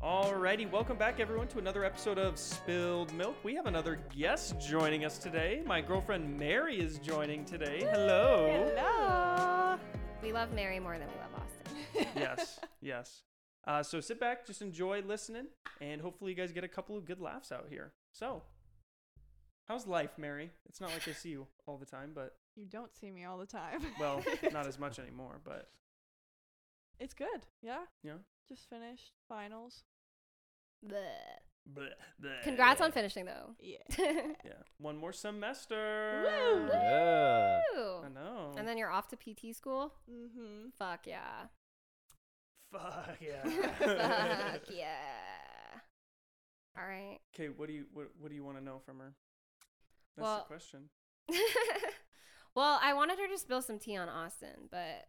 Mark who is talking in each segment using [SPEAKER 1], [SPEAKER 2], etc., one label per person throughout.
[SPEAKER 1] Alrighty, welcome back everyone to another episode of Spilled Milk. We have another guest joining us today. My girlfriend Mary is joining today. Hello.
[SPEAKER 2] We love Mary more than we love Austin.
[SPEAKER 1] Yes, yes. Uh, so sit back, just enjoy listening, and hopefully you guys get a couple of good laughs out here. So, how's life, Mary? It's not like I see you all the time, but
[SPEAKER 3] You don't see me all the time.
[SPEAKER 1] well, not as much anymore. But
[SPEAKER 3] It's good. Yeah.
[SPEAKER 1] yeah.
[SPEAKER 3] Just finished finals.
[SPEAKER 2] Bleh.
[SPEAKER 1] Bleh, bleh.
[SPEAKER 2] Congrats on finishing though.
[SPEAKER 3] Yeah.
[SPEAKER 1] Yeah, one more semester.
[SPEAKER 4] Yeah.
[SPEAKER 1] I
[SPEAKER 2] Woo.
[SPEAKER 1] know.
[SPEAKER 2] And then you're off to PT school.
[SPEAKER 3] Mm-hmm.
[SPEAKER 2] Fuck yeah.
[SPEAKER 1] Fuck
[SPEAKER 2] Fuck yeah. All right.
[SPEAKER 1] Okay, what do you what what do you want to know from her? That's the
[SPEAKER 2] Well-
[SPEAKER 1] question.
[SPEAKER 2] well, I wanted her to spill some tea on Austin, but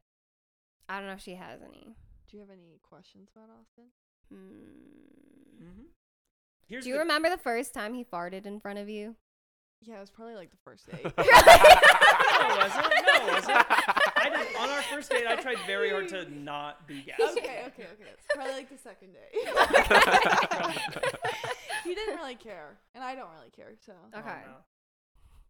[SPEAKER 2] I don't know if she has any.
[SPEAKER 3] Do you have any questions about Austin?
[SPEAKER 2] Hmm.
[SPEAKER 1] Mm-hmm. Here's
[SPEAKER 2] Do you
[SPEAKER 1] the-
[SPEAKER 2] remember the first time he farted in front of you?
[SPEAKER 3] Yeah, it was probably like the first date.
[SPEAKER 1] No, it wasn't. No, it wasn't. I did, on our first date, I tried very hard to not be gassed.
[SPEAKER 3] okay, okay, okay. It's probably like the second date. he didn't really care, and I don't really care. So,
[SPEAKER 1] Oh,
[SPEAKER 2] Okay.
[SPEAKER 1] no.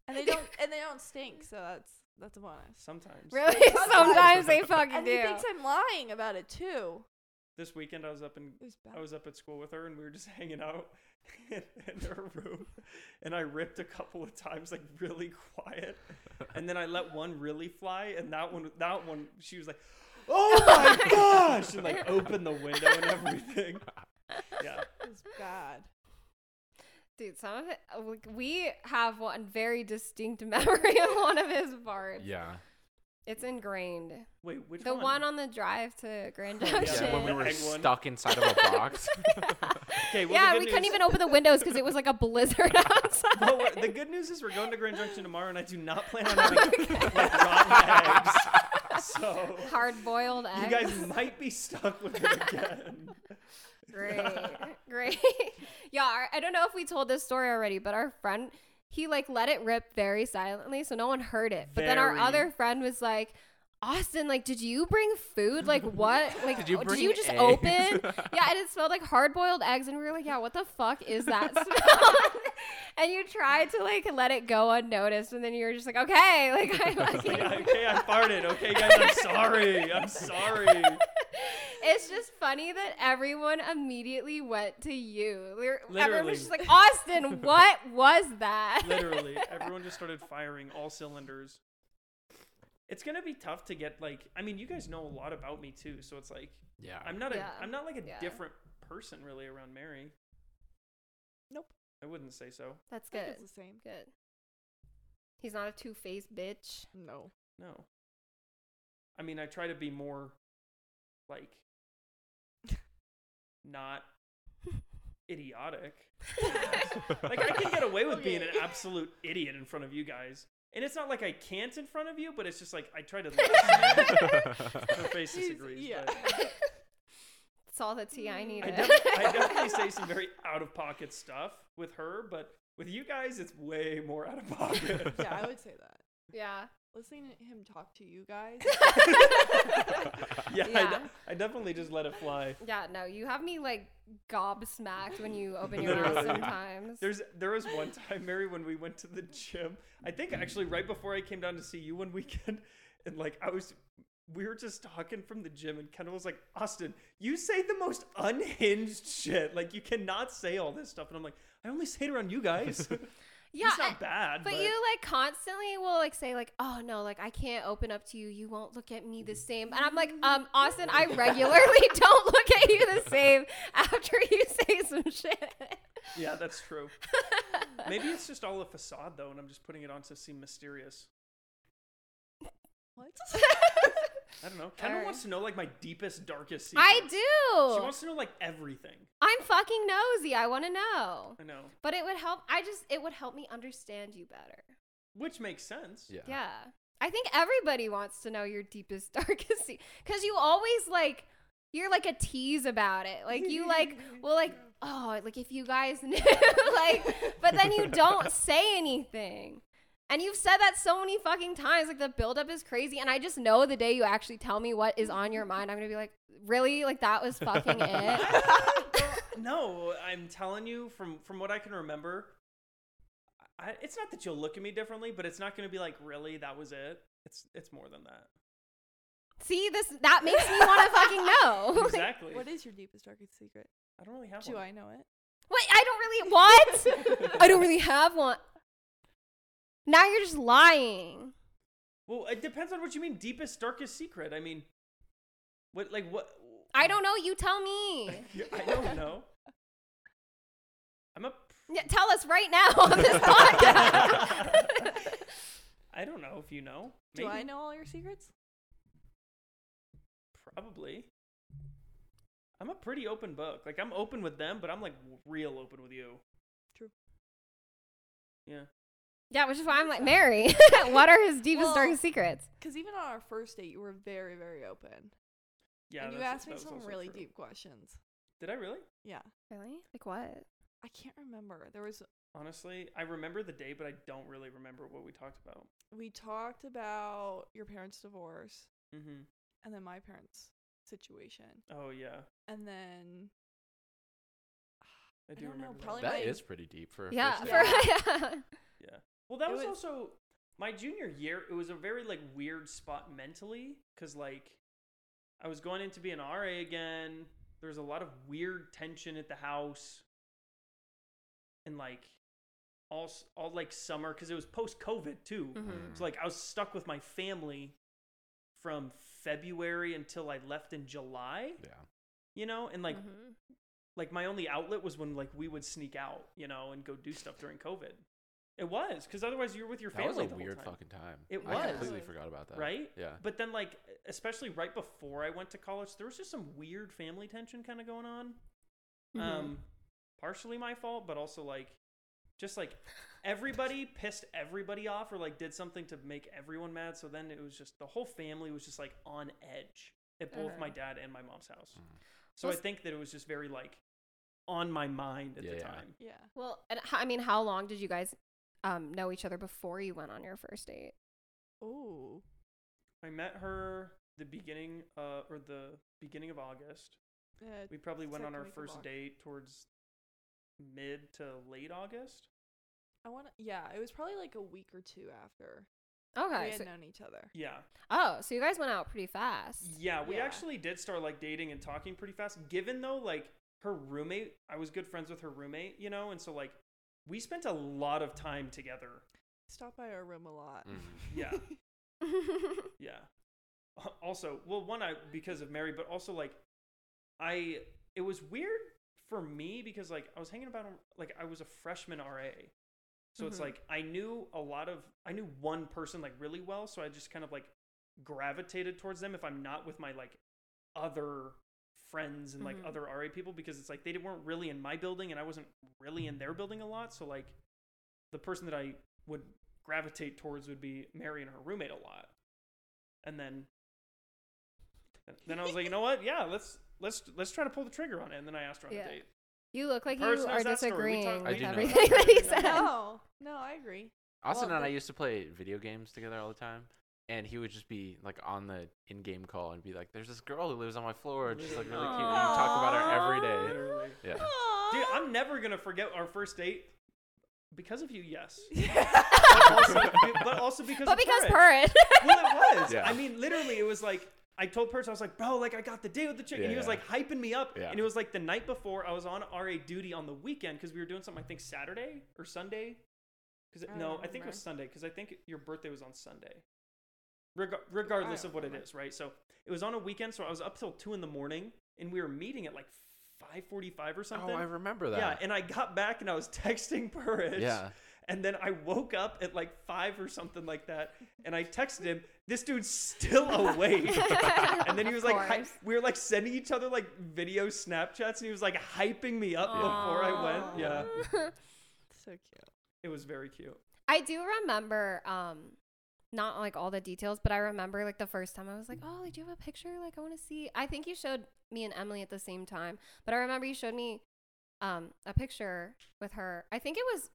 [SPEAKER 3] and they don't, and they don't stink. So that's that's a bonus.
[SPEAKER 1] Sometimes.
[SPEAKER 2] Really? Sometimes they fucking
[SPEAKER 3] And he
[SPEAKER 2] do.
[SPEAKER 3] thinks I'm lying about it too.
[SPEAKER 1] This weekend, I was up in
[SPEAKER 3] It was bad.
[SPEAKER 1] I was up at school with her, and we were just hanging out in, in her room, and I ripped a couple of times, like really quiet, and then I let one really fly, and that one that one she was like, "Oh my gosh!" and like opened the window and everything. Yeah.
[SPEAKER 3] It was bad.
[SPEAKER 2] Dude, some of it, like, we have one very distinct memory of one of his farts.
[SPEAKER 4] Yeah.
[SPEAKER 2] It's ingrained.
[SPEAKER 1] Wait, which
[SPEAKER 2] The
[SPEAKER 1] one?
[SPEAKER 2] one on the drive to Grand
[SPEAKER 1] yeah,
[SPEAKER 2] Junction.
[SPEAKER 4] When we
[SPEAKER 1] The
[SPEAKER 4] were
[SPEAKER 1] egg one.
[SPEAKER 4] stuck inside of a box.
[SPEAKER 1] Okay, well, the
[SPEAKER 2] yeah,
[SPEAKER 1] good
[SPEAKER 2] we couldn't
[SPEAKER 1] news-
[SPEAKER 2] even open the windows because it was like a blizzard outside.
[SPEAKER 1] Well, we're- the good news is we're going to Grand Junction tomorrow, and I do not plan on having like, rotten eggs. So
[SPEAKER 2] Hard boiled eggs.
[SPEAKER 1] you guys might be stuck with it again.
[SPEAKER 2] great, great. yeah, our, I don't know if we told this story already, but our friend he like let it rip very silently, so no one heard it. But then our
[SPEAKER 1] Very.
[SPEAKER 2] other friend was like. Austin, like, did you bring food? Like, what? Like,
[SPEAKER 4] Did you
[SPEAKER 2] oh,
[SPEAKER 4] bring
[SPEAKER 2] just
[SPEAKER 4] eggs?"
[SPEAKER 2] open? yeah, and it smelled like hard boiled eggs. And we were like, yeah, what the fuck is that smell? and you tried to, like, let it go unnoticed. And then you were just like, okay, like, I fucking.
[SPEAKER 1] Yeah, okay, I farted. Okay, guys, I'm sorry. I'm sorry.
[SPEAKER 2] It's just funny that everyone immediately went to you. We were- Everyone
[SPEAKER 1] Literally.
[SPEAKER 2] was just like, Austin, what was that?
[SPEAKER 1] Literally, everyone just started firing all cylinders. It's gonna be tough to get like. I mean, you guys know a lot about me too, so it's like
[SPEAKER 4] yeah.
[SPEAKER 1] I'm not
[SPEAKER 2] Yeah.
[SPEAKER 1] a. I'm not like a
[SPEAKER 2] Yeah.
[SPEAKER 1] different person really around Mary.
[SPEAKER 3] Nope.
[SPEAKER 1] I wouldn't say so.
[SPEAKER 2] That's
[SPEAKER 3] I think It's
[SPEAKER 2] good.
[SPEAKER 3] the same.
[SPEAKER 2] Good. He's not a two faced bitch.
[SPEAKER 3] No.
[SPEAKER 1] No. I mean, I try to be more like not idiotic. Like I can get away with being an
[SPEAKER 3] Okay.
[SPEAKER 1] absolute idiot in front of you guys. And it's not like I can't in front of you, but it's just like I try to lessen it. her face
[SPEAKER 3] He's-
[SPEAKER 1] disagrees.
[SPEAKER 3] yeah.
[SPEAKER 1] But
[SPEAKER 2] It's all the tea I
[SPEAKER 1] I,
[SPEAKER 2] needed.
[SPEAKER 1] def- I definitely say some very out of pocket stuff with her, but with you guys it's way more out of pocket.
[SPEAKER 3] Yeah, I would say that.
[SPEAKER 2] yeah.
[SPEAKER 3] Listening to him talk to you guys.
[SPEAKER 1] yeah, I, de-
[SPEAKER 2] Yeah.
[SPEAKER 1] I definitely just let it fly.
[SPEAKER 2] Yeah, no, you have me like gobsmacked when you open your mouth
[SPEAKER 1] Literally.
[SPEAKER 2] sometimes.
[SPEAKER 1] There's there was one time, Mary, when we went to the gym. I think actually right before I came down to see you one weekend, and like I was we were just talking from the gym and Kendall was like, Austin, you say the most unhinged shit. Like you cannot say all this stuff. And I'm like, I only say it around you guys.
[SPEAKER 2] yeah.
[SPEAKER 1] it's
[SPEAKER 2] and-
[SPEAKER 1] not bad.
[SPEAKER 2] But, you like constantly will like say like, oh no, like I can't open up to you. You won't look at me the same. And I'm like, um, Austin, I regularly don't look at you the same after you say some shit.
[SPEAKER 1] Yeah, that's true. Maybe it's just all a facade though, and I'm just putting it on to seem mysterious.
[SPEAKER 3] what?
[SPEAKER 1] I don't know. Kendall
[SPEAKER 2] Alright.
[SPEAKER 1] wants to know like my deepest, darkest secrets.
[SPEAKER 2] I
[SPEAKER 1] She
[SPEAKER 2] do.
[SPEAKER 1] wants to know like everything.
[SPEAKER 2] I'm fucking nosy. I want to know.
[SPEAKER 1] I know.
[SPEAKER 2] But it would help. I just it would help me understand you better.
[SPEAKER 1] Which makes sense.
[SPEAKER 4] yeah.
[SPEAKER 2] Yeah. I think everybody wants to know your deepest, darkest secret because you always like you're like a tease about it. Like you like well like oh like if you guys knew like but then you don't say anything. And you've said that so many fucking times. Like the buildup is crazy. And I just know the day you actually tell me what is on your mind, I'm gonna be like, really? Like that was fucking it.
[SPEAKER 3] I don't
[SPEAKER 1] no, I'm telling you from from what I can remember, I, it's not that you'll look at me differently, but it's not going to be like really that was it. It's it's more than that.
[SPEAKER 2] See, this that makes me want to fucking know.
[SPEAKER 1] Exactly.
[SPEAKER 3] What is your deepest darkest secret?
[SPEAKER 1] I don't really have
[SPEAKER 3] Do
[SPEAKER 1] one.
[SPEAKER 3] I know it?
[SPEAKER 2] Wait, I don't really what? I don't really have one. Now you're just lying.
[SPEAKER 1] Well, it depends on what you mean deepest darkest secret. I mean, what like what?
[SPEAKER 2] I don't know. You tell me.
[SPEAKER 1] Yeah, I don't know. I'm a.
[SPEAKER 2] Yeah, tell us right now on this podcast.
[SPEAKER 1] I don't know if you know.
[SPEAKER 3] Do I
[SPEAKER 1] Maybe.
[SPEAKER 3] know all your secrets?
[SPEAKER 1] Probably. I'm a pretty open book. Like I'm open with them, but I'm like w- real open with you.
[SPEAKER 3] True.
[SPEAKER 1] Yeah.
[SPEAKER 2] yeah, which is why I'm like Mary. what are his deepest
[SPEAKER 3] Well-
[SPEAKER 2] darkest secrets?
[SPEAKER 3] Because even on our first date, you were very, very open,
[SPEAKER 1] Yeah.
[SPEAKER 3] and you
[SPEAKER 1] that's-
[SPEAKER 3] asked me
[SPEAKER 1] that was
[SPEAKER 3] some
[SPEAKER 1] also
[SPEAKER 3] really
[SPEAKER 1] true.
[SPEAKER 3] deep questions.
[SPEAKER 1] Did I really?
[SPEAKER 3] Yeah,
[SPEAKER 2] Really? Like what?
[SPEAKER 3] I can't remember. There was
[SPEAKER 1] Honestly, I remember the day, but I don't really remember what we talked about.
[SPEAKER 3] we talked about your parents' divorce,
[SPEAKER 1] Mm-hmm.
[SPEAKER 3] and then my parents' situation,
[SPEAKER 1] Oh yeah,
[SPEAKER 3] and then
[SPEAKER 1] I do
[SPEAKER 3] don't know,
[SPEAKER 1] remember. that.
[SPEAKER 3] probably
[SPEAKER 4] That
[SPEAKER 3] my-
[SPEAKER 4] is pretty deep for a
[SPEAKER 2] Yeah.
[SPEAKER 4] first
[SPEAKER 3] Yeah.
[SPEAKER 4] date.
[SPEAKER 2] For,
[SPEAKER 1] Well, that
[SPEAKER 3] It
[SPEAKER 1] was,
[SPEAKER 3] was-
[SPEAKER 1] also my junior year. It was a very like weird spot mentally because like I was going into being RA again. There was a lot of weird tension at the house, and like all s- all like summer because it was post COVID too.
[SPEAKER 3] Mm-hmm.
[SPEAKER 2] Mhm.
[SPEAKER 1] So like I was stuck with my family from February until I left in July.
[SPEAKER 4] Yeah.
[SPEAKER 1] You know, and like
[SPEAKER 2] Mhm.
[SPEAKER 1] like my only outlet was when like we would sneak out, you know, and go do stuff during COVID. It was because otherwise you were with your
[SPEAKER 4] That
[SPEAKER 1] family.
[SPEAKER 4] was a
[SPEAKER 1] the
[SPEAKER 4] weird
[SPEAKER 1] whole time,
[SPEAKER 4] fucking time.
[SPEAKER 1] It
[SPEAKER 4] I
[SPEAKER 1] was.
[SPEAKER 4] completely forgot about that.
[SPEAKER 1] right?
[SPEAKER 4] Yeah.
[SPEAKER 1] But then like, especially right before I went to college, there was just some weird family tension kind of going on.
[SPEAKER 2] Mhm.
[SPEAKER 1] Um, partially my fault, but also like, just like everybody pissed everybody off or like did something to make everyone mad. So then it was just the whole family was just like on edge at both
[SPEAKER 2] Uh-huh.
[SPEAKER 1] my dad and my mom's house.
[SPEAKER 4] Mhm.
[SPEAKER 1] So
[SPEAKER 2] Well,
[SPEAKER 1] I think that it was just very like on my mind at
[SPEAKER 4] Yeah,
[SPEAKER 1] the
[SPEAKER 4] yeah.
[SPEAKER 1] time.
[SPEAKER 3] yeah,
[SPEAKER 2] Well, and h- I mean, how long did you guys um, know each other before you went on your first date?
[SPEAKER 3] oh,
[SPEAKER 1] I met her the beginning uh, or the beginning of August.
[SPEAKER 3] uh,
[SPEAKER 1] We probably went on
[SPEAKER 3] Second
[SPEAKER 1] our
[SPEAKER 3] week of
[SPEAKER 1] first
[SPEAKER 3] August.
[SPEAKER 1] date towards mid to late August.
[SPEAKER 3] I want to. Yeah, it was probably like a week or two after we
[SPEAKER 2] Okay.
[SPEAKER 3] had
[SPEAKER 2] So,
[SPEAKER 3] known each other.
[SPEAKER 1] Yeah.
[SPEAKER 2] oh, so you guys went out pretty fast.
[SPEAKER 1] Yeah, we
[SPEAKER 3] Yeah.
[SPEAKER 1] actually did start like dating and talking pretty fast. Given though like her roommate, I was good friends with her roommate, you know, and so like we spent a lot of time together.
[SPEAKER 3] Stop by our room a lot.
[SPEAKER 4] Mhm.
[SPEAKER 1] Mm-hmm. Yeah. Yeah. Also, well, one I because of Mary, but also like I it was weird for me because like I was hanging about like I was a freshman RA. So it's
[SPEAKER 2] Mhm.
[SPEAKER 1] like I knew a lot of I knew one person like really well, so I just kind of like gravitated towards them if I'm not with my like other friends and like
[SPEAKER 2] Mhm.
[SPEAKER 1] other RA people because it's like they weren't really in my building and I wasn't really in their building a lot, so like the person that I would gravitate towards would be Mary and her roommate a lot. And then then I was like, you know what? Yeah, let's let's let's try to pull the trigger on it. And then I asked her on
[SPEAKER 2] Yeah.
[SPEAKER 1] a date.
[SPEAKER 2] you look like you
[SPEAKER 1] Person
[SPEAKER 2] are
[SPEAKER 1] is that story. We
[SPEAKER 2] disagreeing
[SPEAKER 1] talked-
[SPEAKER 4] I
[SPEAKER 2] with
[SPEAKER 4] do know
[SPEAKER 2] everything
[SPEAKER 1] that.
[SPEAKER 2] that he
[SPEAKER 1] I do know
[SPEAKER 2] said.
[SPEAKER 3] no, no, I agree.
[SPEAKER 4] Austin
[SPEAKER 3] Well,
[SPEAKER 4] and I
[SPEAKER 3] the-
[SPEAKER 4] used to play video games together all the time, and he would just be like on the in-game call and be like, "There's this girl who lives on my floor, just like really cute." And you talk about her every day. Oh,
[SPEAKER 1] Literally.
[SPEAKER 4] Yeah.
[SPEAKER 1] Dude, I'm never gonna forget our first date because of you. Yes,
[SPEAKER 3] Aw.
[SPEAKER 1] also, but also because
[SPEAKER 2] But
[SPEAKER 1] of
[SPEAKER 2] because
[SPEAKER 1] Perrin.
[SPEAKER 2] Purrit.
[SPEAKER 1] well, it was.
[SPEAKER 4] Yeah.
[SPEAKER 1] I mean, literally, it was like I told Perch, I was like, bro, like I got the date with the chick, and he
[SPEAKER 4] Yeah,
[SPEAKER 1] was
[SPEAKER 4] yeah.
[SPEAKER 1] like hyping me up.
[SPEAKER 4] Yeah.
[SPEAKER 1] And it was like the night before I was on RA duty on the weekend because we were doing something. I think Saturday or Sunday. Because
[SPEAKER 3] I don't
[SPEAKER 1] no, I think it was
[SPEAKER 3] remember.
[SPEAKER 1] Sunday because I think your birthday was on Sunday. Reg- regardless
[SPEAKER 3] don't
[SPEAKER 1] of what it
[SPEAKER 3] remember.
[SPEAKER 1] is, right? So it was on a weekend, so I was up till two in the morning, and we were meeting at like five forty-five or something.
[SPEAKER 4] Oh, I remember
[SPEAKER 1] yeah,
[SPEAKER 4] that.
[SPEAKER 1] and I got back and I was texting Purge.
[SPEAKER 4] yeah.
[SPEAKER 1] And then I woke up at like five or something like that, and I texted him. This dude's still awake. and then he
[SPEAKER 2] Of
[SPEAKER 1] was like, hy-
[SPEAKER 2] course.
[SPEAKER 1] we were like sending each other like video Snapchats, and he was like hyping me up before I went. Yeah,
[SPEAKER 3] so cute.
[SPEAKER 1] it was very cute.
[SPEAKER 2] I do remember, um, not like all the details, but I remember like the first time I was like, "Oh, like, do you have a picture? Like, I want to see." I think you showed me and Emily at the same time, but I remember you showed me um a picture with her. I think it was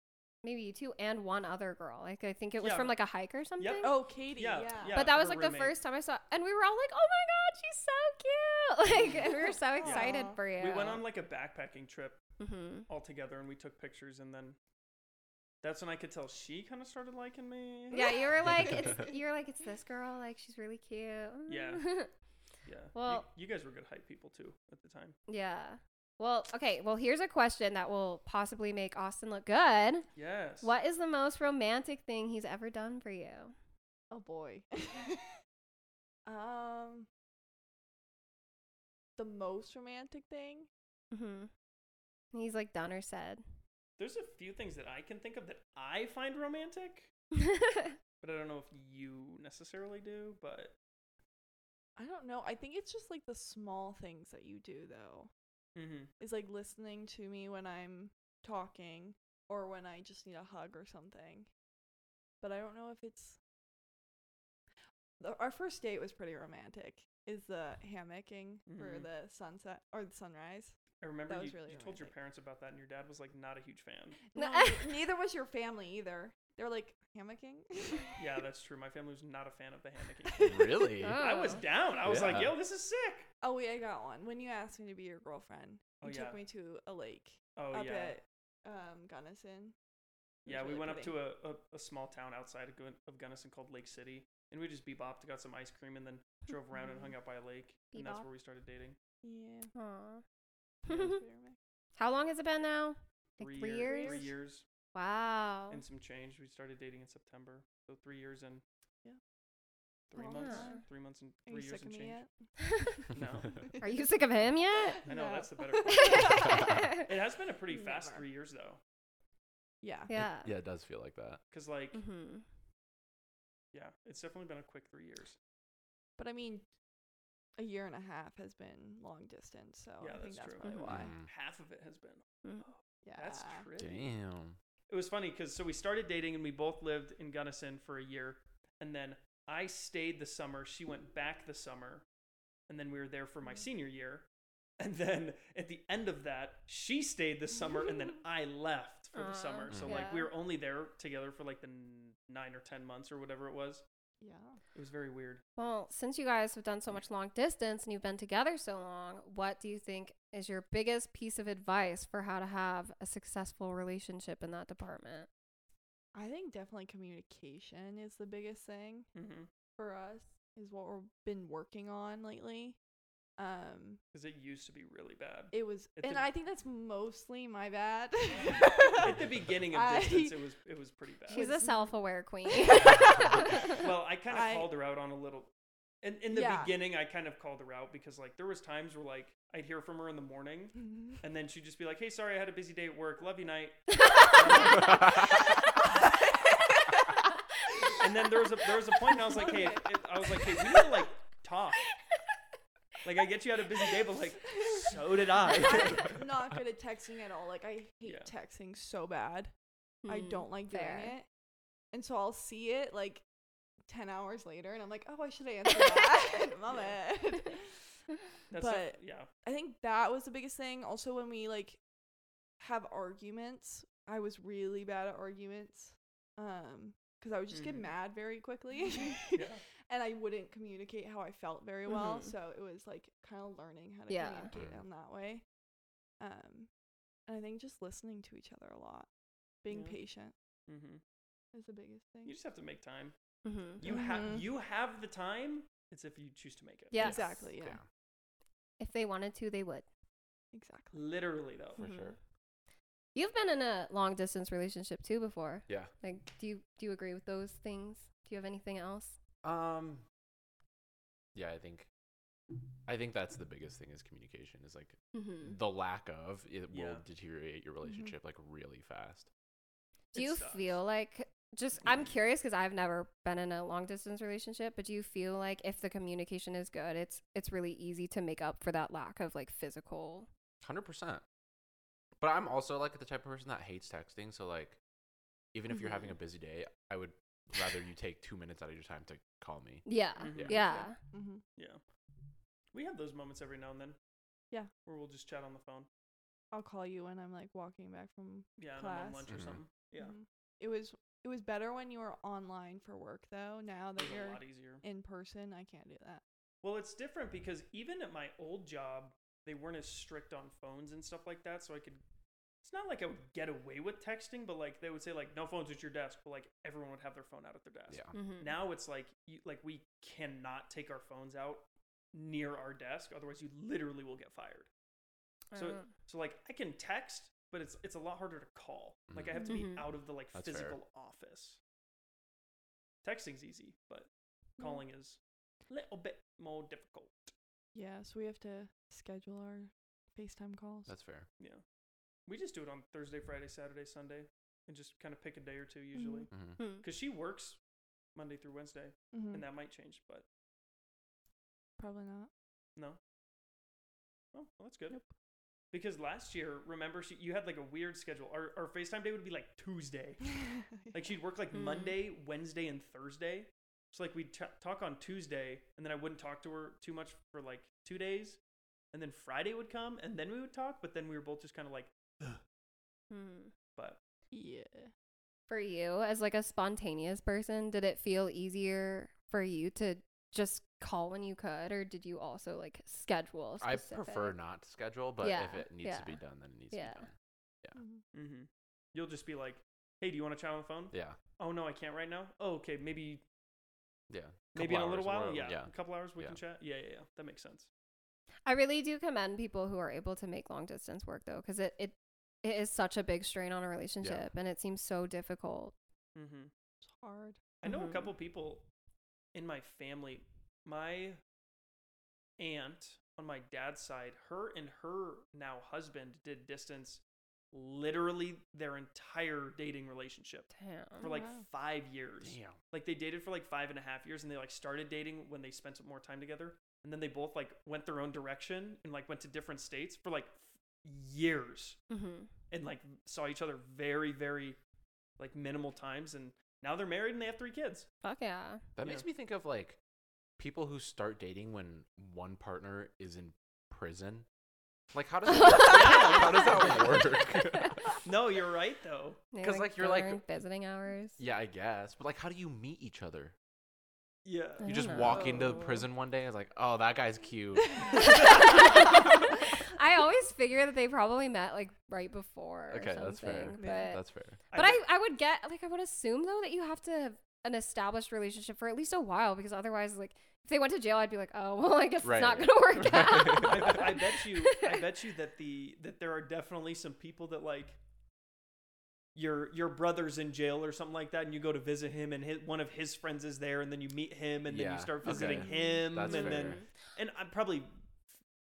[SPEAKER 2] maybe you two and one other girl. Like I think it was
[SPEAKER 1] Yeah.
[SPEAKER 2] from like a hike or something.
[SPEAKER 3] Oh, Katie.
[SPEAKER 1] Yeah,
[SPEAKER 3] Yeah.
[SPEAKER 1] yeah.
[SPEAKER 2] but that was
[SPEAKER 1] her
[SPEAKER 2] like the
[SPEAKER 1] roommate.
[SPEAKER 2] first time I saw, and we were all like, "Oh my god, she's so cute!" Like and we were so excited
[SPEAKER 3] Aw.
[SPEAKER 2] for you.
[SPEAKER 1] We went on like a backpacking trip
[SPEAKER 2] hmm
[SPEAKER 1] all together and we took pictures and then that's when I could tell she kind of started liking me.
[SPEAKER 2] Yeah, you were like, it's, you were like, it's this girl. Like she's really cute.
[SPEAKER 1] Yeah. Yeah. You-
[SPEAKER 2] Well-
[SPEAKER 1] you, guys were good hype people too at the time.
[SPEAKER 2] yeah. Well, okay. Well, here's a question that will possibly make Austin look good.
[SPEAKER 1] Yes.
[SPEAKER 2] What is the most romantic thing he's ever done for you?
[SPEAKER 3] Oh boy. um, the most romantic thing.
[SPEAKER 2] Mm-hmm. He's like done or said.
[SPEAKER 1] There's a few things that I can think of that I find romantic, but I don't know if you necessarily do, but
[SPEAKER 3] I don't know. I think it's just like the small things that you do though.
[SPEAKER 1] Mhm.
[SPEAKER 3] Is like listening to me when I'm talking or when I just need a hug or something. But I don't know if it's The- our first date was pretty romantic. Is the hammocking for
[SPEAKER 1] Mhm.
[SPEAKER 3] the sunset or the sunrise?
[SPEAKER 1] I remember
[SPEAKER 3] That
[SPEAKER 1] you,
[SPEAKER 3] was really
[SPEAKER 1] you told your
[SPEAKER 3] romantic.
[SPEAKER 1] parents about that and your dad was like not a huge fan.
[SPEAKER 3] No, neither was your family either. They were like hammocking.
[SPEAKER 1] Yeah, that's true. My family was not a fan of the hammocking.
[SPEAKER 4] really?
[SPEAKER 2] Oh.
[SPEAKER 1] I was down. I was like,
[SPEAKER 4] Yeah.
[SPEAKER 1] yo, this is sick.
[SPEAKER 3] Oh wait, I got one. When you asked me to be your girlfriend,
[SPEAKER 1] Oh,
[SPEAKER 3] you
[SPEAKER 1] yeah.
[SPEAKER 3] took me to a lake
[SPEAKER 1] Oh,
[SPEAKER 3] up
[SPEAKER 1] yeah.
[SPEAKER 3] at um, Gunnison.
[SPEAKER 1] Yeah, we went up to a, a, a small town outside of, Gun- of Gunnison called Lake City, and we just bebopped, got some ice cream, and then drove around
[SPEAKER 3] Mm-hmm.
[SPEAKER 1] and hung out by a lake, and that's
[SPEAKER 2] Bebop.
[SPEAKER 1] where we started dating.
[SPEAKER 3] Yeah.
[SPEAKER 2] Aw.
[SPEAKER 3] it was pretty romantic.
[SPEAKER 2] How long has it been now? Like three,
[SPEAKER 1] year-
[SPEAKER 2] years?
[SPEAKER 1] Three years
[SPEAKER 3] Oh.
[SPEAKER 2] Wow.
[SPEAKER 1] and some change. We started dating in September, so three years and
[SPEAKER 3] Yeah.
[SPEAKER 1] three
[SPEAKER 3] Long
[SPEAKER 1] months,
[SPEAKER 2] time.
[SPEAKER 1] three months and
[SPEAKER 3] Are you
[SPEAKER 1] three years
[SPEAKER 3] sick
[SPEAKER 1] and
[SPEAKER 3] of me
[SPEAKER 1] change.
[SPEAKER 3] yet?
[SPEAKER 1] No.
[SPEAKER 2] Are you sick of him yet?
[SPEAKER 1] I know
[SPEAKER 3] No.
[SPEAKER 1] that's the better. question. it has been a pretty fast
[SPEAKER 3] Never.
[SPEAKER 1] three years though,
[SPEAKER 3] yeah.
[SPEAKER 2] yeah.
[SPEAKER 4] yeah, it does feel like that.
[SPEAKER 1] because like
[SPEAKER 2] Mm-hmm.
[SPEAKER 1] yeah, it's definitely been a quick three years.
[SPEAKER 3] But I mean, a year and a half has been long distance, so
[SPEAKER 1] Yeah,
[SPEAKER 3] Oh, I think
[SPEAKER 1] that's
[SPEAKER 3] that's
[SPEAKER 1] true.
[SPEAKER 3] probably why.
[SPEAKER 4] Mm.
[SPEAKER 1] Half of it has been.
[SPEAKER 2] Mm.
[SPEAKER 3] Yeah.
[SPEAKER 1] That's crazy.
[SPEAKER 4] Damn.
[SPEAKER 1] it was funny because so we started dating and we both lived in Gunnison for a year, and then I stayed the summer. She went back the summer, and then we were there for
[SPEAKER 3] Mm-hmm.
[SPEAKER 1] my senior year, and then at the end of that, she stayed the summer, and then I left for
[SPEAKER 2] Aw,
[SPEAKER 1] the summer. So like
[SPEAKER 2] yeah.
[SPEAKER 1] we were only there together for like the n- nine or ten months or whatever it was.
[SPEAKER 3] Yeah.
[SPEAKER 1] It was very weird.
[SPEAKER 2] Well, since you guys have done so much long distance and you've been together so long, what do you think is your biggest piece of advice for how to have a successful relationship in that department?
[SPEAKER 3] I think definitely communication is the biggest thing.
[SPEAKER 1] Mm-hmm.
[SPEAKER 3] for us is what we've been working on lately. Um,
[SPEAKER 1] Because it used to be really bad.
[SPEAKER 3] it was,
[SPEAKER 1] At
[SPEAKER 3] and
[SPEAKER 1] the-
[SPEAKER 3] I think that's mostly my bad.
[SPEAKER 1] At the beginning of
[SPEAKER 3] I-
[SPEAKER 1] distance, it was it was pretty bad.
[SPEAKER 2] She's a
[SPEAKER 3] It's-
[SPEAKER 2] self-aware queen.
[SPEAKER 1] well, I kind of
[SPEAKER 3] I-
[SPEAKER 1] called her out on a little. In, in the
[SPEAKER 3] Yeah.
[SPEAKER 1] beginning, I kind of called her out because like there was times where like I'd hear from her in the morning, and then she'd just be like, "Hey, sorry, I had a busy day at work. Love you, night." And then there was a there was a point, and I was like, "Hey, if, if- I was like, hey, we need to like talk. Like, I get you had a busy day, but like, so did I.
[SPEAKER 3] I'm not good at texting at all. Like I hate
[SPEAKER 1] Yeah.
[SPEAKER 3] texting so bad. I
[SPEAKER 2] Mm,
[SPEAKER 3] don't like doing
[SPEAKER 2] fair.
[SPEAKER 3] it, and so I'll see it like ten hours later, and I'm like, oh, I should have answered that. My
[SPEAKER 2] Yeah.
[SPEAKER 3] bad.
[SPEAKER 1] That's
[SPEAKER 3] But-
[SPEAKER 1] a, yeah,
[SPEAKER 3] I think that was the biggest thing. Also, when we like have arguments, I was really bad at arguments. Um, because I would just
[SPEAKER 2] Mm-hmm.
[SPEAKER 1] Mhm.
[SPEAKER 3] get mad very quickly,
[SPEAKER 1] yeah,
[SPEAKER 3] and I wouldn't communicate how I felt very well.
[SPEAKER 2] Mhm.
[SPEAKER 3] So it was like kind of learning how to
[SPEAKER 2] Yeah.
[SPEAKER 3] communicate
[SPEAKER 4] Mm.
[SPEAKER 3] in that way. Um, and I think just listening to each other a lot, being
[SPEAKER 1] Yeah.
[SPEAKER 3] patient
[SPEAKER 1] hmm
[SPEAKER 3] is the biggest thing.
[SPEAKER 1] you just have to make time.
[SPEAKER 2] Mhm.
[SPEAKER 1] You have
[SPEAKER 3] Mhm.
[SPEAKER 1] you have the time. It's if you choose to make it.
[SPEAKER 2] Yes.
[SPEAKER 3] Exactly. Yeah.
[SPEAKER 4] Yeah.
[SPEAKER 2] If they wanted to, they would.
[SPEAKER 3] Exactly.
[SPEAKER 1] Literally though.
[SPEAKER 4] For
[SPEAKER 2] Mhm.
[SPEAKER 4] sure.
[SPEAKER 2] You've been in a long distance relationship too before.
[SPEAKER 4] Yeah.
[SPEAKER 2] Like, do you do you agree with those things? Do you have anything else?
[SPEAKER 4] Um. Yeah, I think. I think that's the biggest thing is communication. Is like
[SPEAKER 2] Mm-hmm.
[SPEAKER 4] the lack of it will
[SPEAKER 1] Yeah.
[SPEAKER 4] deteriorate your relationship like really fast.
[SPEAKER 2] Do
[SPEAKER 1] It
[SPEAKER 2] you
[SPEAKER 1] sucks.
[SPEAKER 2] feel like just I'm curious because I've never been in a long distance relationship, but do you feel like if the communication is good, it's it's really easy to make up for that lack of like physical.
[SPEAKER 4] Hundred percent. But I'm also like the type of person that hates texting. So like, even if you're having a
[SPEAKER 2] Mhm.
[SPEAKER 4] busy day, I would rather you take two minutes out of your time to call me.
[SPEAKER 2] Yeah.
[SPEAKER 1] Mhm.
[SPEAKER 4] Yeah.
[SPEAKER 2] Yeah.
[SPEAKER 3] Mm-hmm.
[SPEAKER 1] Yeah. We have those moments every now and then.
[SPEAKER 3] Yeah.
[SPEAKER 1] Where we'll just chat on the phone.
[SPEAKER 3] I'll call you when I'm like walking back from
[SPEAKER 1] Yeah, and I'm on
[SPEAKER 3] Class.
[SPEAKER 1] lunch or
[SPEAKER 4] Mhm.
[SPEAKER 1] something. Yeah,
[SPEAKER 3] Mhm. It was it was better when you were online for work though. Now that
[SPEAKER 1] it's a
[SPEAKER 3] you're
[SPEAKER 1] lot easier.
[SPEAKER 3] in person, I can't do that.
[SPEAKER 1] Well, it's different because even at my old job, they weren't as strict on phones and stuff like that. So I could. It's not like I would get away with texting, but like they would say like no phones at your desk, but like everyone would have their phone out at their desk.
[SPEAKER 4] Yeah.
[SPEAKER 2] Mhm.
[SPEAKER 1] Now it's like you, like we cannot take our phones out near our desk, otherwise you literally will get fired. So
[SPEAKER 2] Uh,
[SPEAKER 1] so like I can text, but it's it's a lot harder to call. Like I have to be
[SPEAKER 2] Mhm.
[SPEAKER 1] out of the like
[SPEAKER 4] That's fair.
[SPEAKER 1] physical office. Texting's easy, but
[SPEAKER 3] Yeah.
[SPEAKER 1] calling is a little bit more difficult.
[SPEAKER 3] Yeah, so we have to schedule our FaceTime calls.
[SPEAKER 4] That's fair.
[SPEAKER 1] Yeah. We just do it on Thursday, Friday, Saturday, Sunday, and just kind of pick a day or two usually.
[SPEAKER 4] hmm
[SPEAKER 2] hmm.
[SPEAKER 1] Because she works Monday through Wednesday,
[SPEAKER 3] Mhm,
[SPEAKER 1] and that might change, but
[SPEAKER 3] Probably not.
[SPEAKER 1] no. Oh, well, that's good.
[SPEAKER 3] Nope.
[SPEAKER 1] Because last year, remember, she, you had like a weird schedule. Our, our FaceTime day would be like Tuesday. Like she'd work like
[SPEAKER 4] Hmm.
[SPEAKER 2] Mm.
[SPEAKER 1] Monday, Wednesday, and Thursday. So like we'd t- talk on Tuesday, and then I wouldn't talk to her too much for like two days, and then Friday would come, and then we would talk. But then we were both just kind of like,
[SPEAKER 2] Hmm.
[SPEAKER 1] but
[SPEAKER 3] yeah.
[SPEAKER 2] For you, as like a spontaneous person, did it feel easier for you to just call when you could, or did you also like schedule? a
[SPEAKER 4] I
[SPEAKER 2] specific-
[SPEAKER 4] prefer not to schedule, but if
[SPEAKER 2] Yeah,
[SPEAKER 4] it needs to be
[SPEAKER 2] yeah,
[SPEAKER 4] done, then it needs
[SPEAKER 2] yeah.
[SPEAKER 4] to be done. Yeah.
[SPEAKER 3] Mhm.
[SPEAKER 1] mm-hmm. you'll just be like, hey, do you want to chat on the phone?
[SPEAKER 4] Yeah.
[SPEAKER 1] Oh no, I can't right now. Oh, okay, maybe
[SPEAKER 4] Yeah.
[SPEAKER 1] maybe in
[SPEAKER 4] Couple
[SPEAKER 1] a little
[SPEAKER 4] hours or
[SPEAKER 1] while.
[SPEAKER 4] whatever,
[SPEAKER 1] Yeah, a couple hours we
[SPEAKER 4] Yeah.
[SPEAKER 1] can chat. Yeah, yeah, yeah. That makes sense.
[SPEAKER 2] I really do commend people who are able to make long distance work though, because it, it it is such a big strain on a relationship, and it seems so difficult.
[SPEAKER 1] Mm-hmm.
[SPEAKER 3] It's hard.
[SPEAKER 1] I know
[SPEAKER 2] Mhm.
[SPEAKER 1] a couple people in my family. My aunt on my dad's side, her and her now husband did distance literally their entire dating relationship for
[SPEAKER 2] Damn.
[SPEAKER 3] Oh,
[SPEAKER 1] like
[SPEAKER 3] wow.
[SPEAKER 1] five years.
[SPEAKER 4] Damn.
[SPEAKER 1] Like they dated for like five and a half years and they like started dating when they spent some more time together. And then they both like went their own direction and like went to different states for like years
[SPEAKER 2] Mhm.
[SPEAKER 1] and like saw each other very, very like minimal times. And now they're married and they have three kids.
[SPEAKER 2] Fuck yeah.
[SPEAKER 4] That
[SPEAKER 1] Yeah.
[SPEAKER 4] makes me think of like people who start dating when one partner is in prison. Like, how does that, how does that work?
[SPEAKER 1] No, you're right though.
[SPEAKER 2] They,
[SPEAKER 4] 'Cause, like, you're, like-
[SPEAKER 2] during visiting hours.
[SPEAKER 4] yeah, I guess. But like, how do you meet each other?
[SPEAKER 1] Yeah.
[SPEAKER 2] I
[SPEAKER 4] You
[SPEAKER 2] don't
[SPEAKER 4] just walk into the
[SPEAKER 2] know.
[SPEAKER 4] prison one day and it's like, oh, that guy's cute.
[SPEAKER 2] I always figure that they probably met like right before. or
[SPEAKER 4] Okay, that's fair.
[SPEAKER 2] something, But,
[SPEAKER 3] Yeah.
[SPEAKER 4] That's fair.
[SPEAKER 2] but I, I would get like I would assume though that you have to have an established relationship for at least a while because otherwise like if they went to jail I'd be like oh well I guess
[SPEAKER 4] Right.
[SPEAKER 2] it's not gonna work
[SPEAKER 4] Right.
[SPEAKER 1] I,
[SPEAKER 2] out.
[SPEAKER 1] I bet you I bet you that the that there are definitely some people that like your your brother's in jail or something like that and you go to visit him and his, one of his friends is there and then you meet him and then
[SPEAKER 4] Yeah,
[SPEAKER 1] you start
[SPEAKER 4] okay.
[SPEAKER 1] visiting him
[SPEAKER 4] That's
[SPEAKER 1] and
[SPEAKER 4] fair.
[SPEAKER 1] then and I'm probably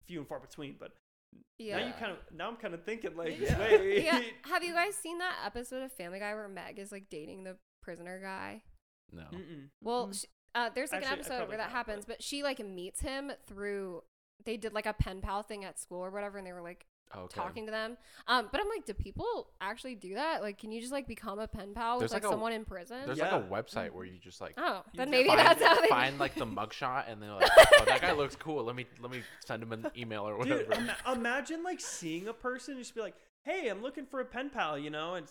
[SPEAKER 1] few and far between but now
[SPEAKER 2] yeah.
[SPEAKER 1] you kind of now I'm kind of thinking like
[SPEAKER 4] Yeah.
[SPEAKER 1] wait
[SPEAKER 2] yeah. Have you guys seen that episode of Family Guy where Meg is like dating the prisoner guy?
[SPEAKER 4] No.
[SPEAKER 2] Mm,
[SPEAKER 1] Mm-mm.
[SPEAKER 2] Well,
[SPEAKER 3] Mhm.
[SPEAKER 2] sh uh, there's
[SPEAKER 1] Mm.
[SPEAKER 2] like
[SPEAKER 1] Actually, I
[SPEAKER 2] an episode
[SPEAKER 1] probably
[SPEAKER 2] where that
[SPEAKER 1] have, but-
[SPEAKER 2] happens, but she like meets him through. They did like a pen pal thing at school or whatever, and they were like
[SPEAKER 4] Okay.
[SPEAKER 2] talking to them. Um, but I'm like, do people actually do that? Like, can you just like become a pen pal
[SPEAKER 4] There's,
[SPEAKER 2] with like,
[SPEAKER 4] like, a-
[SPEAKER 2] someone in prison?
[SPEAKER 4] There's like a
[SPEAKER 1] Yeah.
[SPEAKER 4] website where you just like
[SPEAKER 2] oh,
[SPEAKER 1] You
[SPEAKER 2] then
[SPEAKER 1] just
[SPEAKER 2] maybe
[SPEAKER 4] find,
[SPEAKER 2] that's how they
[SPEAKER 4] find like the mugshot and they're like, oh, that guy looks cool. Let me let me send him an email or whatever.
[SPEAKER 1] Dude, ima- imagine like seeing a person and just be like, "Hey, I'm looking for a pen pal," you know, and